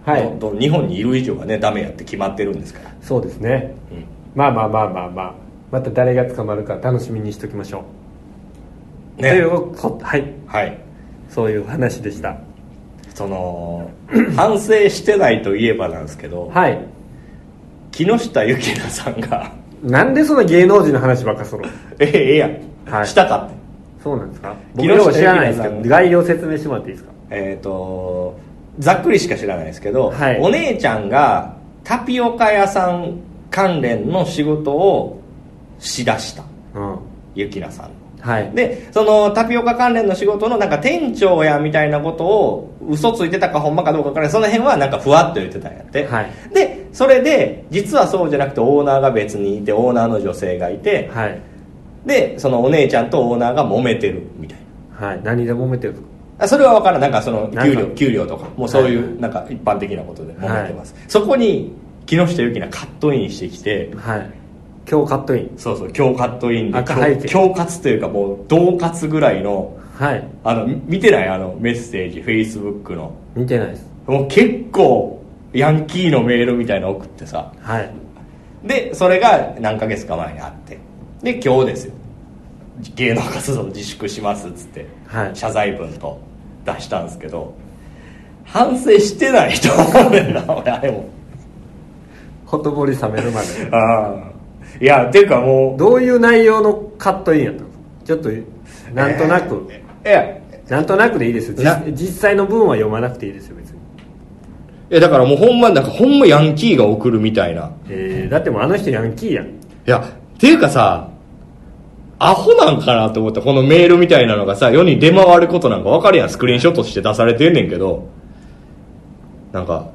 Speaker 2: あ、
Speaker 1: はい
Speaker 2: どど日本にいる以上はねダメやって決まってるんですから、
Speaker 1: そうですね
Speaker 2: うん
Speaker 1: まあまあまあまあまあまた誰が捕まるか楽しみにしときましょう、
Speaker 2: ね
Speaker 1: というこはい
Speaker 2: はい
Speaker 1: そういう話でした
Speaker 2: その *clears throat* 反省してないといえばなんですけど、
Speaker 1: はい
Speaker 2: 木下ゆきなさんが *laughs*
Speaker 1: なんでそんな芸能人の話ばっかするの
Speaker 2: ええええやん、
Speaker 1: はい
Speaker 2: したかって
Speaker 1: そうなんですか
Speaker 2: 木
Speaker 1: 僕
Speaker 2: 下
Speaker 1: よう知らないですけ
Speaker 2: ゆきなさ
Speaker 1: ど
Speaker 2: ん
Speaker 1: 概要説明してもらっていいですか
Speaker 2: えっ、とざっくりしか知らないですけど、
Speaker 1: はい
Speaker 2: お姉ちゃんがタピオカ屋さん関連の仕事をしだした
Speaker 1: うん
Speaker 2: ゆきなさん
Speaker 1: はい
Speaker 2: でそのタピオカ関連の仕事のなんか店長やみたいなことを嘘ついてたかほんまかどうかからその辺はなんかふわっと言ってたんやって、
Speaker 1: はい
Speaker 2: でそれで実はそうじゃなくてオーナーが別にいてオーナーの女性がいて
Speaker 1: はい
Speaker 2: でそのお姉ちゃんとオーナーが揉めてるみたいな
Speaker 1: はい何で揉めてるんですか
Speaker 2: あそれは分からんなんかそ
Speaker 1: な
Speaker 2: の
Speaker 1: んか
Speaker 2: 給料給料とかもうそうい
Speaker 1: は
Speaker 2: う
Speaker 1: い
Speaker 2: なんか一般的なことで揉めてます、そこに木下ゆきなカットインしてきて
Speaker 1: はい今日カットイン
Speaker 2: そうそう強カットインで
Speaker 1: 赤背景
Speaker 2: 強活というかもう同活ぐらいの
Speaker 1: はい
Speaker 2: あのみ見てないあのメッセージフェイスブックの
Speaker 1: 見てないです
Speaker 2: もう結構ヤンキーのメールみたいなの送ってさ
Speaker 1: はい
Speaker 2: でそれが何ヶ月か前にあってで今日ですよ芸能活動自粛しますっつって、
Speaker 1: はい
Speaker 2: 謝罪文と出したんですけど反省してないと思うねんな俺あれも
Speaker 1: ほとぼり冷めるまで
Speaker 2: ああいやっていうかもう
Speaker 1: どういう内容のカットインやったんですかちょっとなんとなく、
Speaker 2: ええ
Speaker 1: なんとなくでいいですよ
Speaker 2: な
Speaker 1: 実実際の文は読まなくていいですよ別に、
Speaker 2: いやだからもうほんまなんかほんまヤンキーが送るみたいな
Speaker 1: えー、だってもうあの人ヤンキーやん
Speaker 2: いや、っていうかさ、アホなんかなと思って、このメールみたいなのがさ、世に出回ることなんかわかるやん。スクリーンショットして出されてんねんけど、なんか、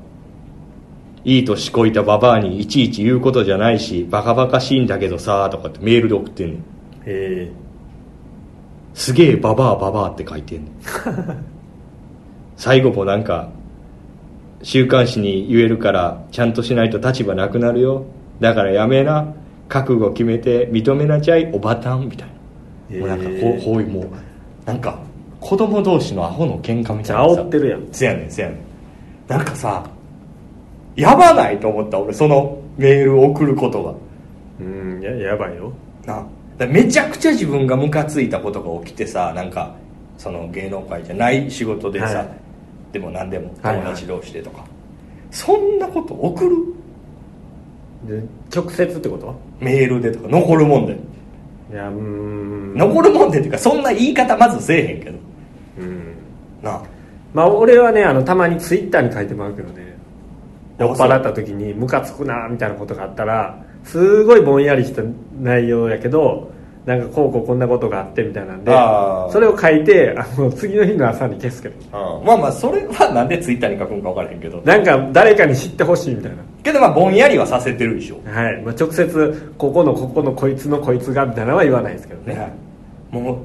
Speaker 2: いい年こいたババアにいちいち言うことじゃないし、バカバカしいんだけどさ、とかってメールで送ってんねん。
Speaker 1: え
Speaker 2: すげえババアババアって書いてんねん。最後もなんか、週刊誌に言えるから、ちゃんとしないと立場なくなるよ。だからやめな。覚悟決めて認めなちゃい、おばたん、みたいな。もうなんか
Speaker 1: へ
Speaker 2: こ
Speaker 1: え
Speaker 2: う、こういう、もう、なんか、子供同士のアホの喧嘩み
Speaker 1: ー、じ
Speaker 2: たい
Speaker 1: ゃあ
Speaker 2: なさ
Speaker 1: 煽ってるやん
Speaker 2: せやねん、せやねん。なんかさ、やばないと思った、俺、そのメールを送ることが。
Speaker 1: うんややばいよ
Speaker 2: なだからめちゃくちゃ自分がムカついたことが起きてさなんかその芸能界じゃない仕事でさ、
Speaker 1: はい
Speaker 2: でも何でも
Speaker 1: はいは
Speaker 2: 友
Speaker 1: い
Speaker 2: 達同士でとか、そんなこと送る
Speaker 1: で直接ってこと
Speaker 2: メールでとか残るもんで、
Speaker 1: いやうーん
Speaker 2: 残るもんでっていうかそんな言い方まずせえへんけど
Speaker 1: うん
Speaker 2: な
Speaker 1: まあ俺はねあのたまにツイッターに書いてもらうけどね酔っ払った時にムカつくなみたいなことがあったらすごいぼんやりした内容やけどなんかこうこうこんなことがあってみたいなんで
Speaker 2: あー
Speaker 1: それを書いてあの次の日の朝に消すけど
Speaker 2: あまあまあそれはなんでツイッターに書くんか分からへんけど
Speaker 1: なんか誰かに知ってほしいみたいな
Speaker 2: けどまあぼんやりはさせてるでしょ、
Speaker 1: はい、まあ、直接ここのここのこいつのこいつがみたいなのは言わないですけどね
Speaker 2: ね、もう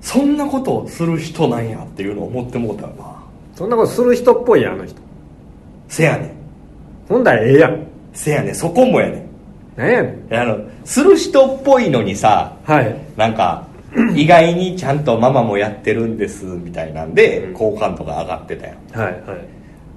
Speaker 2: そんなことをする人なんやっていうのを思ってもうたよな
Speaker 1: そんなことする人っぽいやんあの人
Speaker 2: せやねん
Speaker 1: 本来ええやん
Speaker 2: せやねんそこもやねん
Speaker 1: なんやねん
Speaker 2: あのする人っぽいのにさ
Speaker 1: はい
Speaker 2: なんか意外にちゃんとママもやってるんですみたいなんで
Speaker 1: うん
Speaker 2: 好感度が上がってたよ
Speaker 1: はいはい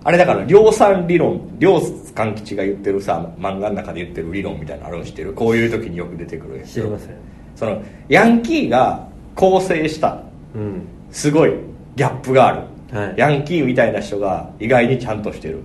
Speaker 2: あれだから量産理論量産吉が言ってるさ漫画の中で言ってる理論みたいなのあるの知ってるこういう時によく出てくるやつ
Speaker 1: 知りません
Speaker 2: そのヤンキーが構成した
Speaker 1: うん
Speaker 2: すごいギャップがある、
Speaker 1: はい
Speaker 2: ヤンキーみたいな人が意外にちゃんとしてる
Speaker 1: うん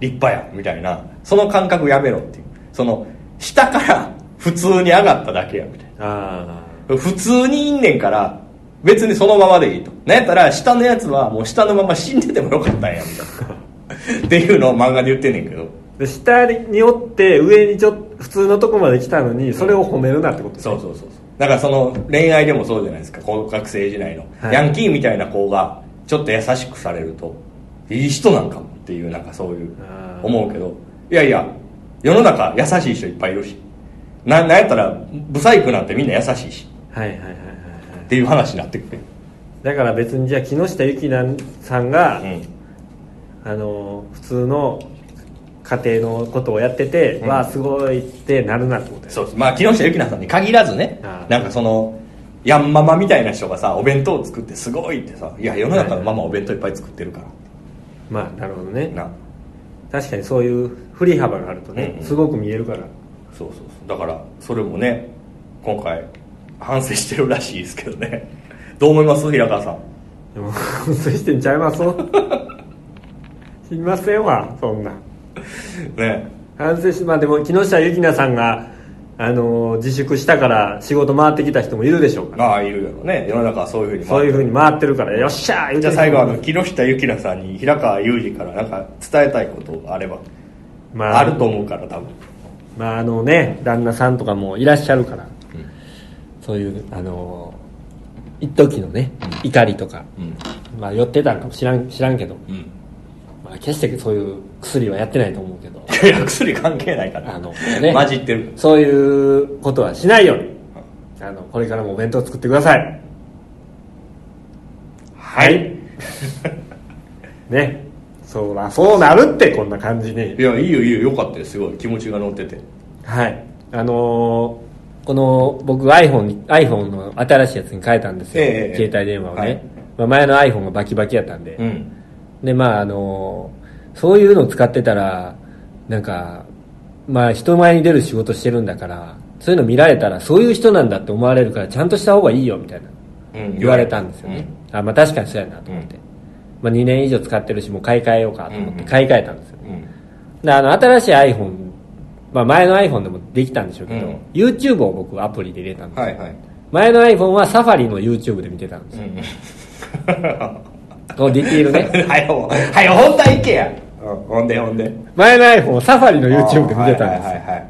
Speaker 2: 立派やみたいなその感覚やめろっていうその下から普通に上がっただけやみたいな
Speaker 1: うんあ
Speaker 2: 普通にいんねんから別にそのままでいいとなんやったら下のやつはもう下のまま死んでてもよかったんやみた *laughs* いなっていうのを漫画で言ってんねんけど
Speaker 1: あで下におって上にちょっと普通のとこまで来たのにそれを褒めるなってこと
Speaker 2: そうそうそうそうだからその恋愛でもそうじゃないですか高学生時代の、
Speaker 1: はい
Speaker 2: ヤンキーみたいな子がちょっと優しくされるといい人なんかもっていうなんかそういう
Speaker 1: あー
Speaker 2: 思うけどいやいや世の中優しい人いっぱいいるしななんやったらブサイクなんてみんな優しいし
Speaker 1: はいはいはいはいはい
Speaker 2: っていう話になってくる
Speaker 1: だから別にじゃあ木下ゆきなさんが、
Speaker 2: うん
Speaker 1: あの普通の家庭のことをやってて、
Speaker 2: うん
Speaker 1: わあすごいってなるなってことや
Speaker 2: そうですまあ木下ゆきなさんに限らずね
Speaker 1: ああ
Speaker 2: なんかそのヤンママみたいな人がさお弁当を作ってすごいってさいや世の中のママお弁当いっぱい作ってるから
Speaker 1: まあなるほどね
Speaker 2: な
Speaker 1: 確かにそういう振り幅があるとね、
Speaker 2: うんうん
Speaker 1: すごく見えるから
Speaker 2: そうそうそうだからそれもね今回反省してるらしいですけどねどう思います平川さん
Speaker 1: でも *laughs* 反省してんちゃいます *laughs* すいませんわそんな
Speaker 2: ね
Speaker 1: 反省しまあでも木下ゆきなさんがあの自粛したから仕事回ってきた人もいるでしょうから
Speaker 2: ああいるよね世の中はそういうふうに
Speaker 1: そういうふう
Speaker 2: に
Speaker 1: に回ってるからよっしゃー言うて
Speaker 2: じゃあ
Speaker 1: る
Speaker 2: 最後あの木下ゆきなさんに平川裕二からなんか伝えたいことがあれば
Speaker 1: まあ
Speaker 2: あると思うから多分
Speaker 1: まああのね旦那さんとかもいらっしゃるから、
Speaker 2: うん
Speaker 1: そういうあの一時のね怒りとか、
Speaker 2: うん
Speaker 1: まあ寄ってたんかも知らん知らんけど、
Speaker 2: うん
Speaker 1: まあ、決してそういう薬はやってないと思うけど
Speaker 2: いや薬関係ないから
Speaker 1: あのね
Speaker 2: 混じってる
Speaker 1: そういうことはしないようにあのこれからもお弁当作ってください
Speaker 2: はい
Speaker 1: *laughs* ねそうなそうなるってこんな感じに
Speaker 2: いやいいよいいよよかったよすごい気持ちが乗ってて
Speaker 1: はいあのーこの僕 iPhone に iPhone の新しいやつに変えたんですよ、
Speaker 2: ええ
Speaker 1: 携帯電話をね、
Speaker 2: はい
Speaker 1: まあ、前の iPhone がバキバキやったんで、
Speaker 2: うん
Speaker 1: でまああのそういうのを使ってたらなんかまあ人前に出る仕事してるんだからそういうの見られたらそういう人なんだって思われるからちゃんとした方がいいよみたいな
Speaker 2: うん
Speaker 1: 言われたんですよね、あまあ確かにそうやなと思って、
Speaker 2: うん
Speaker 1: まあ、2年以上使ってるしもう買い替えようかと思っ
Speaker 2: うんう
Speaker 1: て
Speaker 2: ん
Speaker 1: 買い替えたんですよね
Speaker 2: うん
Speaker 1: であの新しい iPhone まあ前の iPhone でもできたんでしょうけど、
Speaker 2: うん
Speaker 1: YouTube を僕アプリで入れたんですよ、
Speaker 2: はいはい
Speaker 1: 前の iPhone はサファリの YouTube で見てたんです
Speaker 2: う
Speaker 1: よ、
Speaker 2: ん *laughs*
Speaker 1: このディティールね
Speaker 2: はよはよ本体行けやうんほんでほんで
Speaker 1: 前の iPhone をサファリの YouTube で見てたんですよ、
Speaker 2: はいはいはいはい
Speaker 1: だか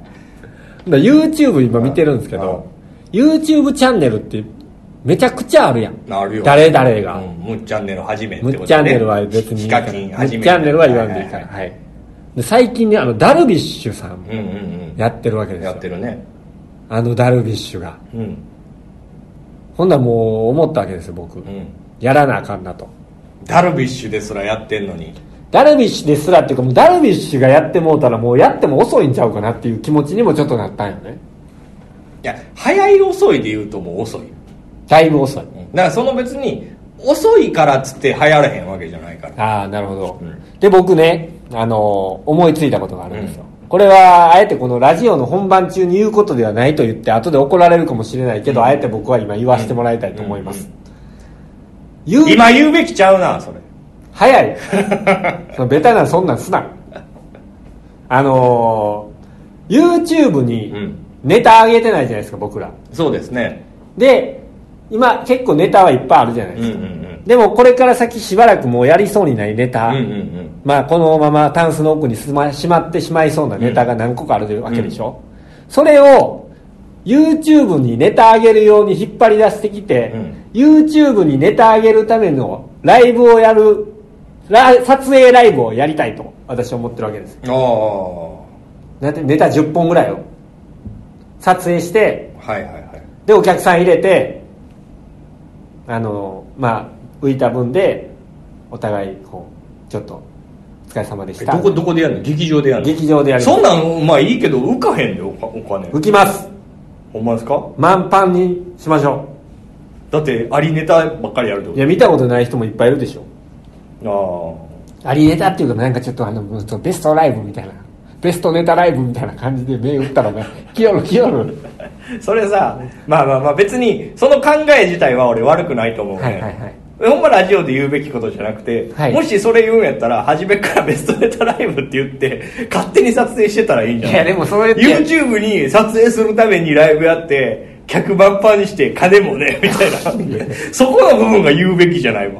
Speaker 1: ら YouTube 今見てるんですけど、YouTube チャンネルってめちゃくちゃあるやん
Speaker 2: なるよ
Speaker 1: 誰々が、
Speaker 2: うんむっちゃんねるはじめって
Speaker 1: む
Speaker 2: こ
Speaker 1: っ
Speaker 2: と
Speaker 1: ちゃんねるは別にいい
Speaker 2: ヒ
Speaker 1: か
Speaker 2: カ
Speaker 1: ら
Speaker 2: キン
Speaker 1: む
Speaker 2: は
Speaker 1: っ
Speaker 2: じめ
Speaker 1: ちゃんねるは言わんでいいから、はいで最近ねあのダルビッシュさん
Speaker 2: うんうん
Speaker 1: やってるわけ
Speaker 2: うん
Speaker 1: です
Speaker 2: や
Speaker 1: よ
Speaker 2: ってるね
Speaker 1: あのダルビッシュが
Speaker 2: うん
Speaker 1: ほんならもう思ったわけですよ僕、
Speaker 2: うん
Speaker 1: やらなあかんなと
Speaker 2: ダルビッシュですらやってんのに
Speaker 1: ダルビッシュですらっていうかもうダルビッシュがやってもうたらもうやっても遅いんちゃうかなっていう気持ちにもちょっとなったんよね
Speaker 2: いや早い遅いで言うともう遅い
Speaker 1: だいぶ遅い
Speaker 2: だからその別に遅いからっつって流行らへんわけじゃないから
Speaker 1: ああなるほど、
Speaker 2: うん
Speaker 1: で僕ね、あのー思いついたことがあるんですよ、これはあえてこのラジオの本番中に言うことではないと言って後で怒られるかもしれないけど、あえて僕は今言わせてもらいたいと思います、言う
Speaker 2: 今言うべきちゃうなそれ
Speaker 1: 早
Speaker 2: *laughs*
Speaker 1: いそのベタなそんなんすなあのー YouTube
Speaker 2: う
Speaker 1: に
Speaker 2: ん
Speaker 1: ネタ上げてないじゃないですか僕ら
Speaker 2: そうですね
Speaker 1: で今結構ネタはいっぱいあるじゃない
Speaker 2: うん
Speaker 1: で
Speaker 2: うん
Speaker 1: すか、でもこれから先しばらくもうやりそうにないネタ、
Speaker 2: うんうんうん
Speaker 1: まあ、このままタンスの奥にしましまってしまいそうなネタが何個かあるというわけでしょ、それを YouTube にネタ上げるように引っ張り出してきて、
Speaker 2: うん
Speaker 1: YouTube にネタ上げるためのライブをやるら撮影ライブをやりたいと私は思ってるわけです
Speaker 2: うんああは
Speaker 1: だってネタ10本ぐらいを撮影して
Speaker 2: いはいはい
Speaker 1: でお客さん入れてあのまあ浮いた分でお互いこうちょっとお疲れ様でし
Speaker 2: え
Speaker 1: た
Speaker 2: どこどこでやるの劇場でやるの
Speaker 1: 劇場でやります
Speaker 2: そんなんまあいいけど浮かへんでおかお金
Speaker 1: 浮きます
Speaker 2: ほんまですか
Speaker 1: 満帆にしましょ
Speaker 2: だってありネタばっかりやるって
Speaker 1: ういや見たことない人もいっぱいいるでしょ
Speaker 2: こと
Speaker 1: ありネタっていうかなんかちょっとあのもうちょっとベストライブみたいなベストネタライブみたいな感じで目打ったのが *laughs* 来よる来よる
Speaker 2: それさまあまあまあ別にその考え自体は俺悪くないと思うね、
Speaker 1: はいはいはい
Speaker 2: ほんまラジオで言うべきことじゃなくて、
Speaker 1: はい
Speaker 2: もしそれ言うんやったら初めからベストネタライブって言って勝手に撮影してたらいいんじゃない
Speaker 1: いやでもそれって
Speaker 2: YouTube に撮影するためにライブやって客満帆にして金もねみたいな *laughs* そこの部分が言うべきじゃないわ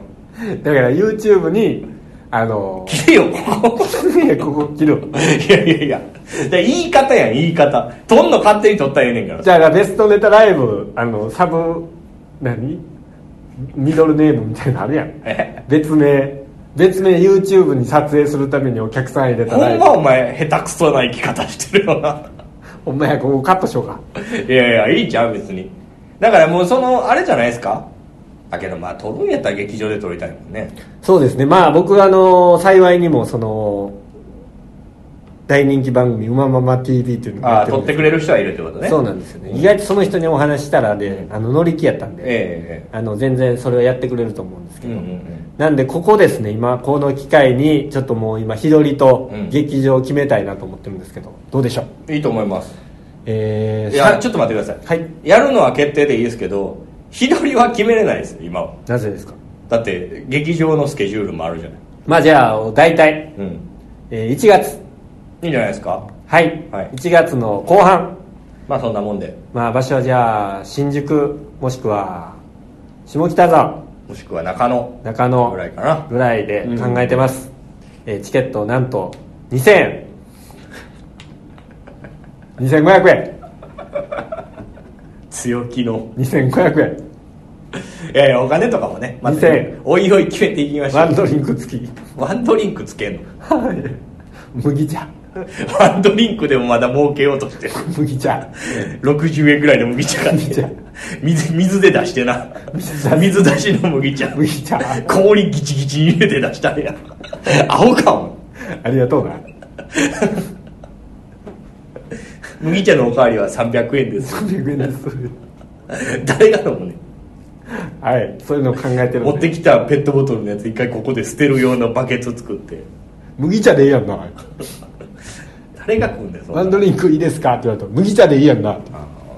Speaker 1: だから YouTube にあの *laughs*
Speaker 2: 来てよここ
Speaker 1: いやここ切る
Speaker 2: いやいやいやだから言い方やん言い方撮んの勝手に撮ったらええねんから
Speaker 1: じゃあベストネタライブあのサブ何ミドルネームみたいなのあるやん
Speaker 2: え
Speaker 1: 別名別名 YouTube に撮影するためにお客さん入れた
Speaker 2: ほ
Speaker 1: ライ
Speaker 2: ん
Speaker 1: ブ
Speaker 2: まお前下手くそな生き方してるよな
Speaker 1: ほんまやここカットしようか
Speaker 2: いやいやいいじゃん別にだからもうそのあれじゃないですかだけどまあ撮るんやったら劇場で撮りたいもんね
Speaker 1: そうですねまあ僕あの幸いにもその大人気番組「うままま TV」っていうの
Speaker 2: あ
Speaker 1: や
Speaker 2: あ撮
Speaker 1: るんで
Speaker 2: って
Speaker 1: す
Speaker 2: くれる人はいるってことね
Speaker 1: そうなんんですよね意外とその人にお話ししたらであの乗り気やったんで、
Speaker 2: え
Speaker 1: あの全然それはやってくれると思うんです
Speaker 2: ええ
Speaker 1: け
Speaker 2: えう
Speaker 1: ど、
Speaker 2: んうん
Speaker 1: なんでここですね今この機会にちょっともう今日取りと
Speaker 2: うん
Speaker 1: 劇場を決めたいなと思ってるんですけどどうでしょう
Speaker 2: うんいいと思います
Speaker 1: えー、
Speaker 2: いや
Speaker 1: さ
Speaker 2: ちょっと待ってください、
Speaker 1: はい
Speaker 2: やるのは決定でいいですけど日取りは決めれないです今は
Speaker 1: なぜですか
Speaker 2: だって劇場のスケジュールもあるじゃない
Speaker 1: まあじゃあ大体、
Speaker 2: うん
Speaker 1: えー1月
Speaker 2: いいんじゃないですか
Speaker 1: はい、
Speaker 2: はい
Speaker 1: 1月の後半
Speaker 2: まあそんなもんで
Speaker 1: まあ場所はじゃあ新宿もしくは下北沢
Speaker 2: もしくは中野
Speaker 1: 中野
Speaker 2: ぐらいかな
Speaker 1: ぐらいで考えてます、えーチケットなんと2000円2500円
Speaker 2: 強気の
Speaker 1: 2500円
Speaker 2: いやいやお金とかもねまた
Speaker 1: 2000
Speaker 2: おいおい決めていきましょう
Speaker 1: ワンドリンク付き
Speaker 2: ワンドリンクつけんの
Speaker 1: 麦茶
Speaker 2: ワンドリンクでもまだ儲けようとしてる
Speaker 1: 麦茶
Speaker 2: 60円ぐらいの麦茶買っ
Speaker 1: 麦茶
Speaker 2: て水水で出してな水出しの麦茶
Speaker 1: 麦茶
Speaker 2: 氷ギチギチに入れて出したんやアホかも
Speaker 1: ありがとうな
Speaker 2: 麦茶のおかわりは300円
Speaker 1: *laughs*
Speaker 2: です
Speaker 1: 300円です
Speaker 2: 誰が飲むね
Speaker 1: はいそういうのを考えてるんで
Speaker 2: 持ってきたペットボトルのやつ一回ここで捨てる用のバケツ作って
Speaker 1: 麦茶でいいやんな
Speaker 2: 誰が食うんだよそんな
Speaker 1: ワンドリンクいいですかって言われたら麦茶でいいやんな
Speaker 2: だ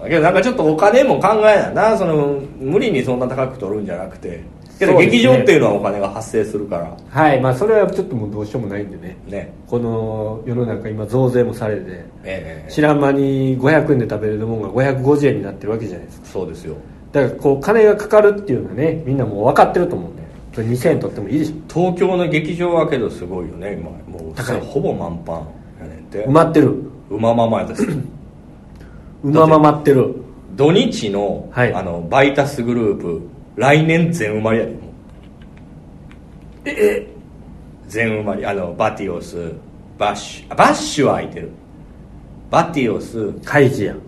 Speaker 2: けどなんかちょっとお金も考えないなその無理にそんな高く取るんじゃなくてけど
Speaker 1: そうですね
Speaker 2: 劇場っていうのはお金が発生するから
Speaker 1: はいまあそれはちょっともうどうしようもないんでね
Speaker 2: ね
Speaker 1: この世の中今増税もされて
Speaker 2: ええ
Speaker 1: 知らん間に500円で食べれるもんが550円になってるわけじゃないですか
Speaker 2: そうですよ
Speaker 1: だからこう金がかかるっていうのはねみんなもう分かってると思うんでそれ2000円取ってもいいでし
Speaker 2: 東京の劇場はけどすごいよね今もう
Speaker 1: 高い
Speaker 2: ほぼ満帆やねんて
Speaker 1: ょ埋まってる
Speaker 2: うまままです
Speaker 1: うまままってる
Speaker 2: 土日の,、
Speaker 1: はい
Speaker 2: あのバイタスグループ来年全埋まりやでもう全埋まりあのバティオスバッシュあバッシュは空いてるバティオス
Speaker 1: カイジやん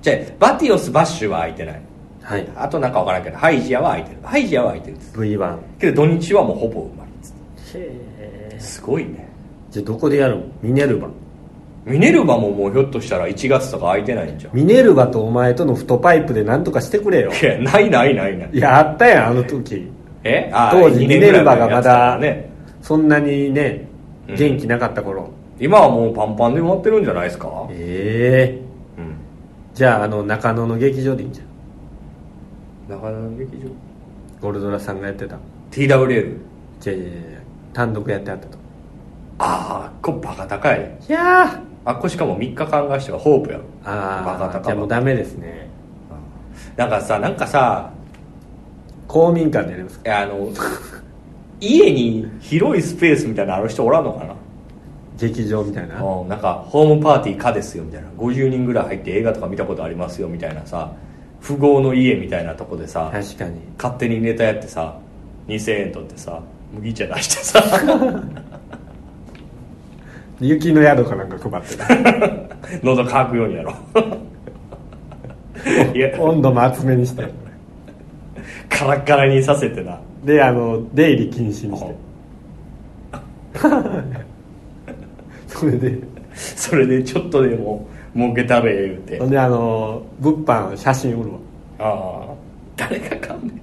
Speaker 2: じゃあバティオスバッシュは空いてない
Speaker 1: はい
Speaker 2: あとなんかわからんけどハイジアは空いてるハイジアは空いてるんです
Speaker 1: V1
Speaker 2: けど土日はもうほぼ埋まりです
Speaker 1: へ
Speaker 2: すごいね
Speaker 1: じゃあどこでやるのミネルバ
Speaker 2: ミネルバももうひょっとしたら1月とか空いてないんじゃん
Speaker 1: ミネルバとお前との太パイプで何とかしてくれよ *laughs*
Speaker 2: いやないないないない
Speaker 1: いやあったやんあの時
Speaker 2: えあ
Speaker 1: 当時
Speaker 2: 2
Speaker 1: ミ
Speaker 2: 年
Speaker 1: ネ
Speaker 2: ぐら
Speaker 1: ル
Speaker 2: い
Speaker 1: バ
Speaker 2: 前に
Speaker 1: が
Speaker 2: や
Speaker 1: ま
Speaker 2: ってたから
Speaker 1: だ
Speaker 2: ね
Speaker 1: そんなにね
Speaker 2: うん
Speaker 1: 元気なかった頃
Speaker 2: 今はもうパンパンで埋まってるんじゃないですか
Speaker 1: ええ
Speaker 2: うん
Speaker 1: じゃああの中野の劇場でいいんじゃん
Speaker 2: 中野の劇場
Speaker 1: ゴルドラさんがやってた
Speaker 2: TWL
Speaker 1: じゃあ単独やってあったと
Speaker 2: ああこれバカ高いね
Speaker 1: いや
Speaker 2: あっこしかも3日間がしてがホープやろ
Speaker 1: ーあ
Speaker 2: バカ
Speaker 1: あ
Speaker 2: 高
Speaker 1: じゃあもうダメですね
Speaker 2: なんかさなんかさ
Speaker 1: 公民館でやりますか
Speaker 2: いやあの *laughs* 家に広いスペースみたいなのある人おらんのかな
Speaker 1: 劇場みたいな
Speaker 2: うんなんかホームパーティーかですよみたいな50人ぐらい入って映画とか見たことありますよみたいなさ富豪の家みたいなとこでさ
Speaker 1: 確かに
Speaker 2: 勝手にネタやってさ2000円取ってさ麦茶出してさ
Speaker 1: 雪の宿かなんか配って
Speaker 2: *laughs*
Speaker 1: た
Speaker 2: 喉乾くようにやろ *laughs* いや
Speaker 1: 温度も厚めにして
Speaker 2: カラッカラにさせてな
Speaker 1: であの出入り禁止にし
Speaker 2: う
Speaker 1: て
Speaker 2: ん
Speaker 1: それで
Speaker 2: それでちょっとでも儲けたれ言うて
Speaker 1: ほんであの物販写真売るわ
Speaker 2: ああ誰が買うねん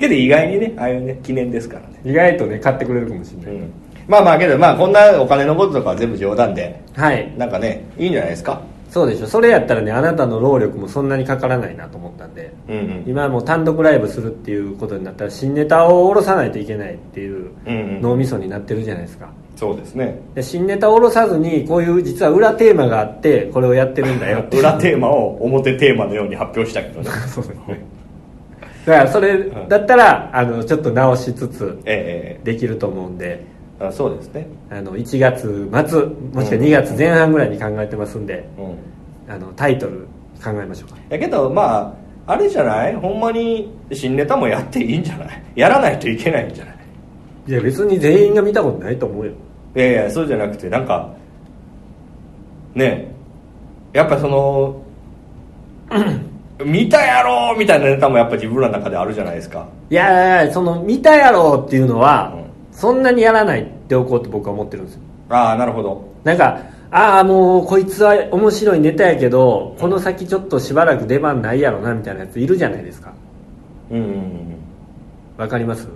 Speaker 2: けど意外にねああいうね記念ですからね
Speaker 1: 意外とね買ってくれるかもしれ
Speaker 2: う
Speaker 1: ない、
Speaker 2: んまあまあけどまあこんなお金のこととかは全部冗談で
Speaker 1: はい
Speaker 2: なんかねいいんじゃないですか
Speaker 1: そうでしょそれやったらねあなたの労力もそんなにかからないなと思ったんで
Speaker 2: うんうん
Speaker 1: 今はもう単独ライブするっていうことになったら新ネタを下ろさないといけないっていう
Speaker 2: うんうん
Speaker 1: 脳みそになってるじゃないですか
Speaker 2: そうですね
Speaker 1: で新ネタを下ろさずにこういう実は裏テーマがあってこれをやってるんだよっていう
Speaker 2: *laughs* 裏テーマを表テーマのように発表したけ *laughs* どね
Speaker 1: そうですねだからそれだったらあのちょっと直しつつ
Speaker 2: ええ
Speaker 1: できると思うんで
Speaker 2: ええあそうですね
Speaker 1: あの1月末もしくは2月前半ぐらいに考えてますんで
Speaker 2: うん
Speaker 1: あのタイトル考えましょうか
Speaker 2: やけどまああれじゃないほんまに新ネタもやっていいんじゃない *laughs* やらないといけないんじゃない
Speaker 1: いや別に全員が見たことないと思うよ
Speaker 2: いやいやそうじゃなくてなんかねえやっぱその *clears throat* 見たやろみたいなネタもやっぱ自分らの中であるじゃないですか
Speaker 1: いやいやその見たやろうっていうのは、
Speaker 2: う
Speaker 1: そんなにやらないでおこうと僕は思ってるんですよ
Speaker 2: ああなるほど
Speaker 1: なんかああもうこいつは面白いネタやけどこの先ちょっとしばらく出番ないやろなみたいなやついるじゃないですか
Speaker 2: うんうんうん
Speaker 1: わかります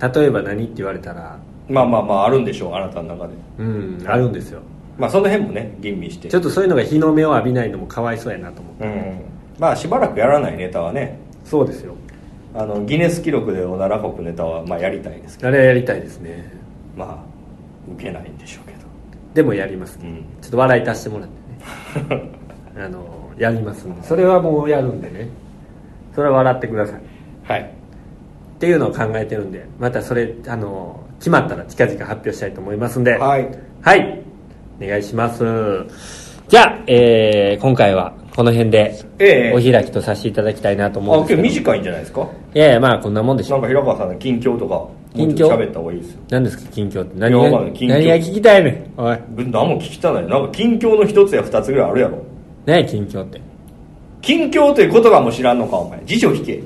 Speaker 1: 例えば何って言われたら
Speaker 2: まあまあまああるんでしょうあなたの中で
Speaker 1: うんあるんですよ
Speaker 2: まあその辺もね吟味して
Speaker 1: ちょっとそういうのが日の目を浴びないのもかわいそうやなと思う
Speaker 2: うんうんまあしばらくやらないネタはね
Speaker 1: そうですよ
Speaker 2: あのギネス記録でおならこくネタはまあやりたいですけ
Speaker 1: あれはやりたいですね
Speaker 2: どまあ受けないんでしょうけど
Speaker 1: でもやります、
Speaker 2: うん
Speaker 1: ちょっと笑い足してもらって *laughs* ねあのやりますんでそれはもうやるんでねそれは笑ってくださいっ
Speaker 2: はい
Speaker 1: ていうのを考えてるんでまたそれあの決まったら近々発表したいと思いますんでは
Speaker 2: はい
Speaker 1: はいお願いしますじゃあ、えー今回はこの辺で
Speaker 2: ええ
Speaker 1: お開きとさせていただきたいなと
Speaker 2: あ
Speaker 1: 思うん
Speaker 2: 今
Speaker 1: です
Speaker 2: 日
Speaker 1: けど、
Speaker 2: 短いんじゃないですか
Speaker 1: いやいやまあこんなもんでし
Speaker 2: な
Speaker 1: ょ
Speaker 2: んか平川さんの近況とかもうちょっと喋った方がいいですよ
Speaker 1: 何ですか近況って何が
Speaker 2: いやわかんない近況
Speaker 1: 何が聞きたいねんおい
Speaker 2: 別に何も聞きたないなんか近況の一つや二つぐらいあるやろ
Speaker 1: 何や近況って
Speaker 2: 近況という言葉も知らんのかお前辞書引け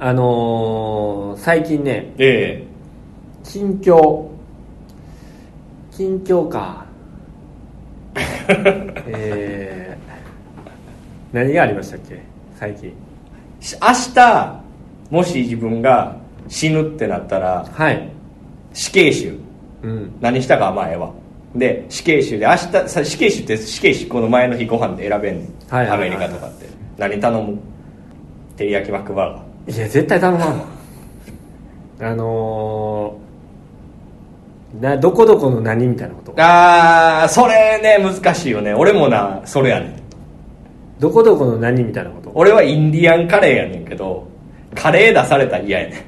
Speaker 1: あのー、最近ね
Speaker 2: え
Speaker 1: 近況近況
Speaker 2: *laughs*
Speaker 1: かえー、何がありましたっけ最近
Speaker 2: えし明日もし自分が死ぬってなったら
Speaker 1: はい
Speaker 2: 死刑囚
Speaker 1: うん
Speaker 2: 何したか前はで死刑囚で明日さ死刑囚って死刑囚この前の日ご飯で選べんねん、
Speaker 1: はいはいはい
Speaker 2: アメリカとかって何頼む照り焼きマックバーガー
Speaker 1: いや絶対頼まんわ *laughs* あのー、などこどこの何みたいなこと
Speaker 2: あーそれね難しいよね俺もなそれやねん
Speaker 1: どこどこの何みたいなこと
Speaker 2: 俺はインディアンカレーやねんけどカレー出されたら嫌やね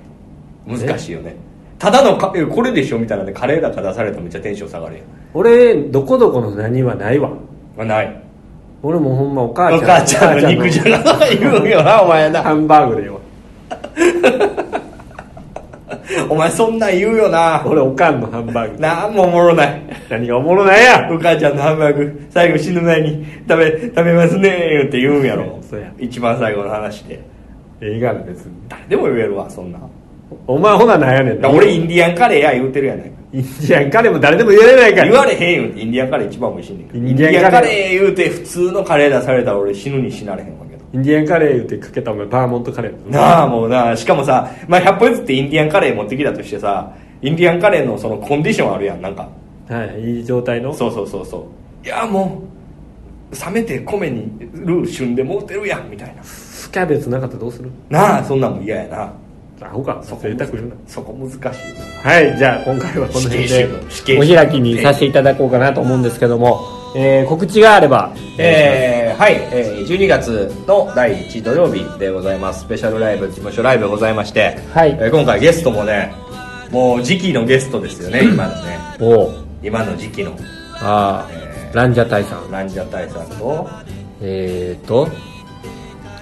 Speaker 2: ん難しいよねただのかえこれでしょみたいなんでカレーだから出されたらめっちゃテンション下がるやん、
Speaker 1: 俺どこどこの何はないわ
Speaker 2: まあ、ない
Speaker 1: 俺もほんまお母
Speaker 2: お
Speaker 1: ちゃん
Speaker 2: 母ちゃんの肉じゃがとか言うよなお前な
Speaker 1: ハンバーグでよ
Speaker 2: お前そんなん言うよな
Speaker 1: 俺おかんのハンバーグ
Speaker 2: なんもおもろない
Speaker 1: 何がおもろないや
Speaker 2: お母ちゃんのハンバーグ最後死ぬ前に食べ食べますねーって言うんやろ
Speaker 1: そうや
Speaker 2: 一番最後の話で
Speaker 1: 映画の別に
Speaker 2: 誰でも言えるわそんなん
Speaker 1: お前ほななんやねん
Speaker 2: だから俺インディアンカレーや言うてるやないか
Speaker 1: インディアンカレーも誰でも言え
Speaker 2: *laughs*
Speaker 1: ないから
Speaker 2: 言われへんよってインディアンカレー一番美味しいねんけど
Speaker 1: イ
Speaker 2: イ
Speaker 1: ン
Speaker 2: ン
Speaker 1: デ
Speaker 2: デ
Speaker 1: ィ
Speaker 2: ィ
Speaker 1: アン
Speaker 2: アン
Speaker 1: カ
Speaker 2: カ
Speaker 1: レ
Speaker 2: レー言うて普通のカレー出されたら俺死ぬに死なれへんわけど
Speaker 1: インディアンカレー言うてかけたお前バーモントカレーやぞ
Speaker 2: なあもうなあしかもさ、まあ、100歩譲ってインディアンカレー持ってきたとしてさインディアンカレーのそのコンディションあるやんなんか
Speaker 1: はいいい状態の
Speaker 2: そうそうそうそういやもう冷めて米にルー旬でもうてるやんみたいな
Speaker 1: スキャベツなかったらどうする
Speaker 2: なあそんなんも嫌やな
Speaker 1: アホか贅沢言うな
Speaker 2: そこ難しいよな
Speaker 1: はいじゃあ今回はこの辺
Speaker 2: 死刑
Speaker 1: で
Speaker 2: 囚死刑囚
Speaker 1: お開きにさせていただこうかなと思うんですけども、えー、告知があれば
Speaker 2: えーはい、えー12月の第1土曜日でございますスペシャルライブ事務所ライブございまして、
Speaker 1: はい
Speaker 2: えー今回ゲストもねもう時期のゲストですよ *clears throat* ね今のね
Speaker 1: おう
Speaker 2: 今の時期の
Speaker 1: ああ、
Speaker 2: えー
Speaker 1: ランジャタイさん
Speaker 2: ランジャタイさんと
Speaker 1: えーと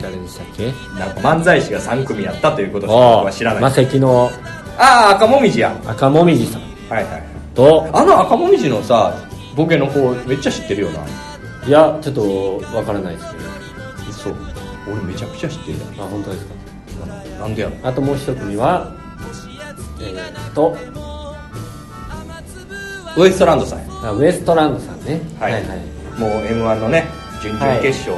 Speaker 1: 誰でしたっけ
Speaker 2: なんか漫才師が3組やったということしか
Speaker 1: あ
Speaker 2: 僕は知らない
Speaker 1: マセキの
Speaker 2: ああ赤もみじや
Speaker 1: 赤もみじさん
Speaker 2: はいはい
Speaker 1: と
Speaker 2: あの赤もみじのさボケの方めっちゃ知ってるよない
Speaker 1: やちょっとわからないですけど
Speaker 2: そう俺めちゃくちゃ知ってる
Speaker 1: あ本当ですか
Speaker 2: やんなんでやろ
Speaker 1: あともう一組はえーっと
Speaker 2: ウエストランドさんや
Speaker 1: あウエストランドさんね
Speaker 2: はい、もう m 1のね準々決勝、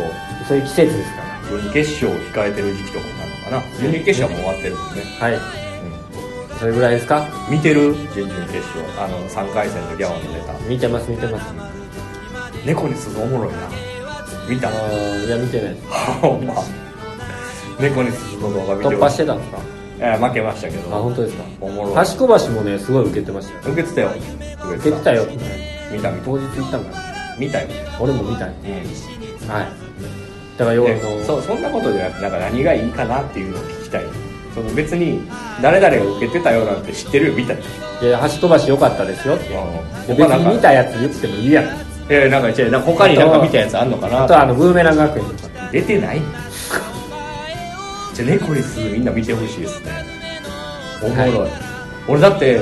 Speaker 1: そういう季節ですから
Speaker 2: 準決勝を控えてる時期とかなのかな準決勝はもう終わってるもんね、
Speaker 1: はい、それぐらいですか
Speaker 2: 見てる準々決勝あの3回戦のギャオのネタ
Speaker 1: 見てます見てます
Speaker 2: 猫に鈴おもろいな見た
Speaker 1: あーいや見てないです
Speaker 2: *laughs* ほんま猫に鈴の動画見て
Speaker 1: 突破してたんですか
Speaker 2: えー負けましたけ
Speaker 1: あ
Speaker 2: ど
Speaker 1: 本当ですか
Speaker 2: おもろい
Speaker 1: 橋小橋もねすごい受けてましたよ
Speaker 2: 受けてたよ受
Speaker 1: 受けてたよって
Speaker 2: 見た見た
Speaker 1: 当日行ったんかな
Speaker 2: 見たよ、
Speaker 1: 俺も見たい
Speaker 2: うんで
Speaker 1: はいだから要はあ
Speaker 2: そ
Speaker 1: の
Speaker 2: うそんなことじゃなくてなんか何がいいかなっていうのを聞きたいその別に誰々が受けてたよなんて知ってるよ見たよ、
Speaker 1: いや橋飛ばし良かったですよって
Speaker 2: うん、
Speaker 1: 別
Speaker 2: 他なんか
Speaker 1: に見たやつ言ってもいいやん
Speaker 2: えー、なんか違うなんか他になんか見たやつあんのかな
Speaker 1: あとはあのブーメラン学園とか
Speaker 2: 出てないじゃあ猫にすみんな見てほしいですねおもろい、
Speaker 1: はい
Speaker 2: 俺だって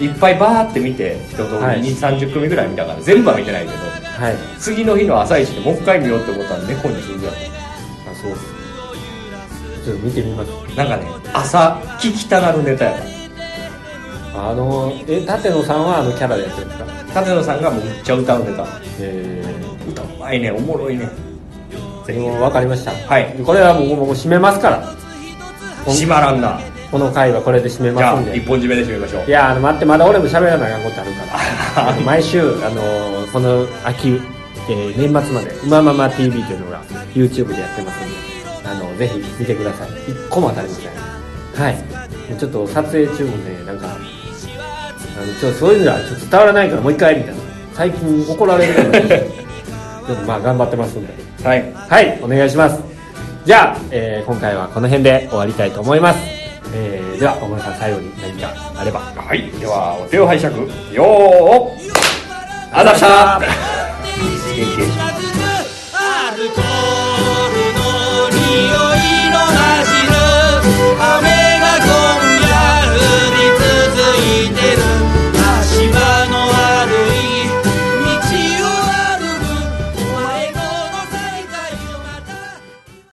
Speaker 2: いっぱいバーって見て一通りに、
Speaker 1: はい
Speaker 2: 30組ぐらい見たから全部は見てないけど
Speaker 1: はい
Speaker 2: 次の日の朝一でもう一回見ようって思ったら猫にするや
Speaker 1: あそうですちょっと見てみます
Speaker 2: んなんかね朝聞きたなるネタやか
Speaker 1: あのえ舘野さんはあのキャラでやってるんですから
Speaker 2: 舘野さんがもうめっちゃ歌うネタ
Speaker 1: え
Speaker 2: 歌うまいねおもろいね
Speaker 1: えもう分かりました
Speaker 2: はい
Speaker 1: これはもうもう締めますから
Speaker 2: 閉まらんな
Speaker 1: この回はこれで締め
Speaker 2: じゃ
Speaker 1: ま
Speaker 2: あ
Speaker 1: すんで
Speaker 2: 一本締めで締めましょう
Speaker 1: いやあの待ってまだ俺も喋らなあかんことあるからあの毎週あのーこの秋、えー年末まで「うままま TV」というのが YouTube でやってますんであのぜひ見てください一個も当たりませんはいもうちょっと撮影中もねなんかあのちょそういうのはちょっと伝わらないからもう一回みたいな最近怒られるからでもまあ頑張ってますんで
Speaker 2: はい
Speaker 1: はい、お願いします。じゃあ、えー今回はこの辺で終わりたいと思います。えーでは、小村さん、最後に何かあれば。
Speaker 2: はい、ではお手を拝借よーあざした
Speaker 3: Thank you.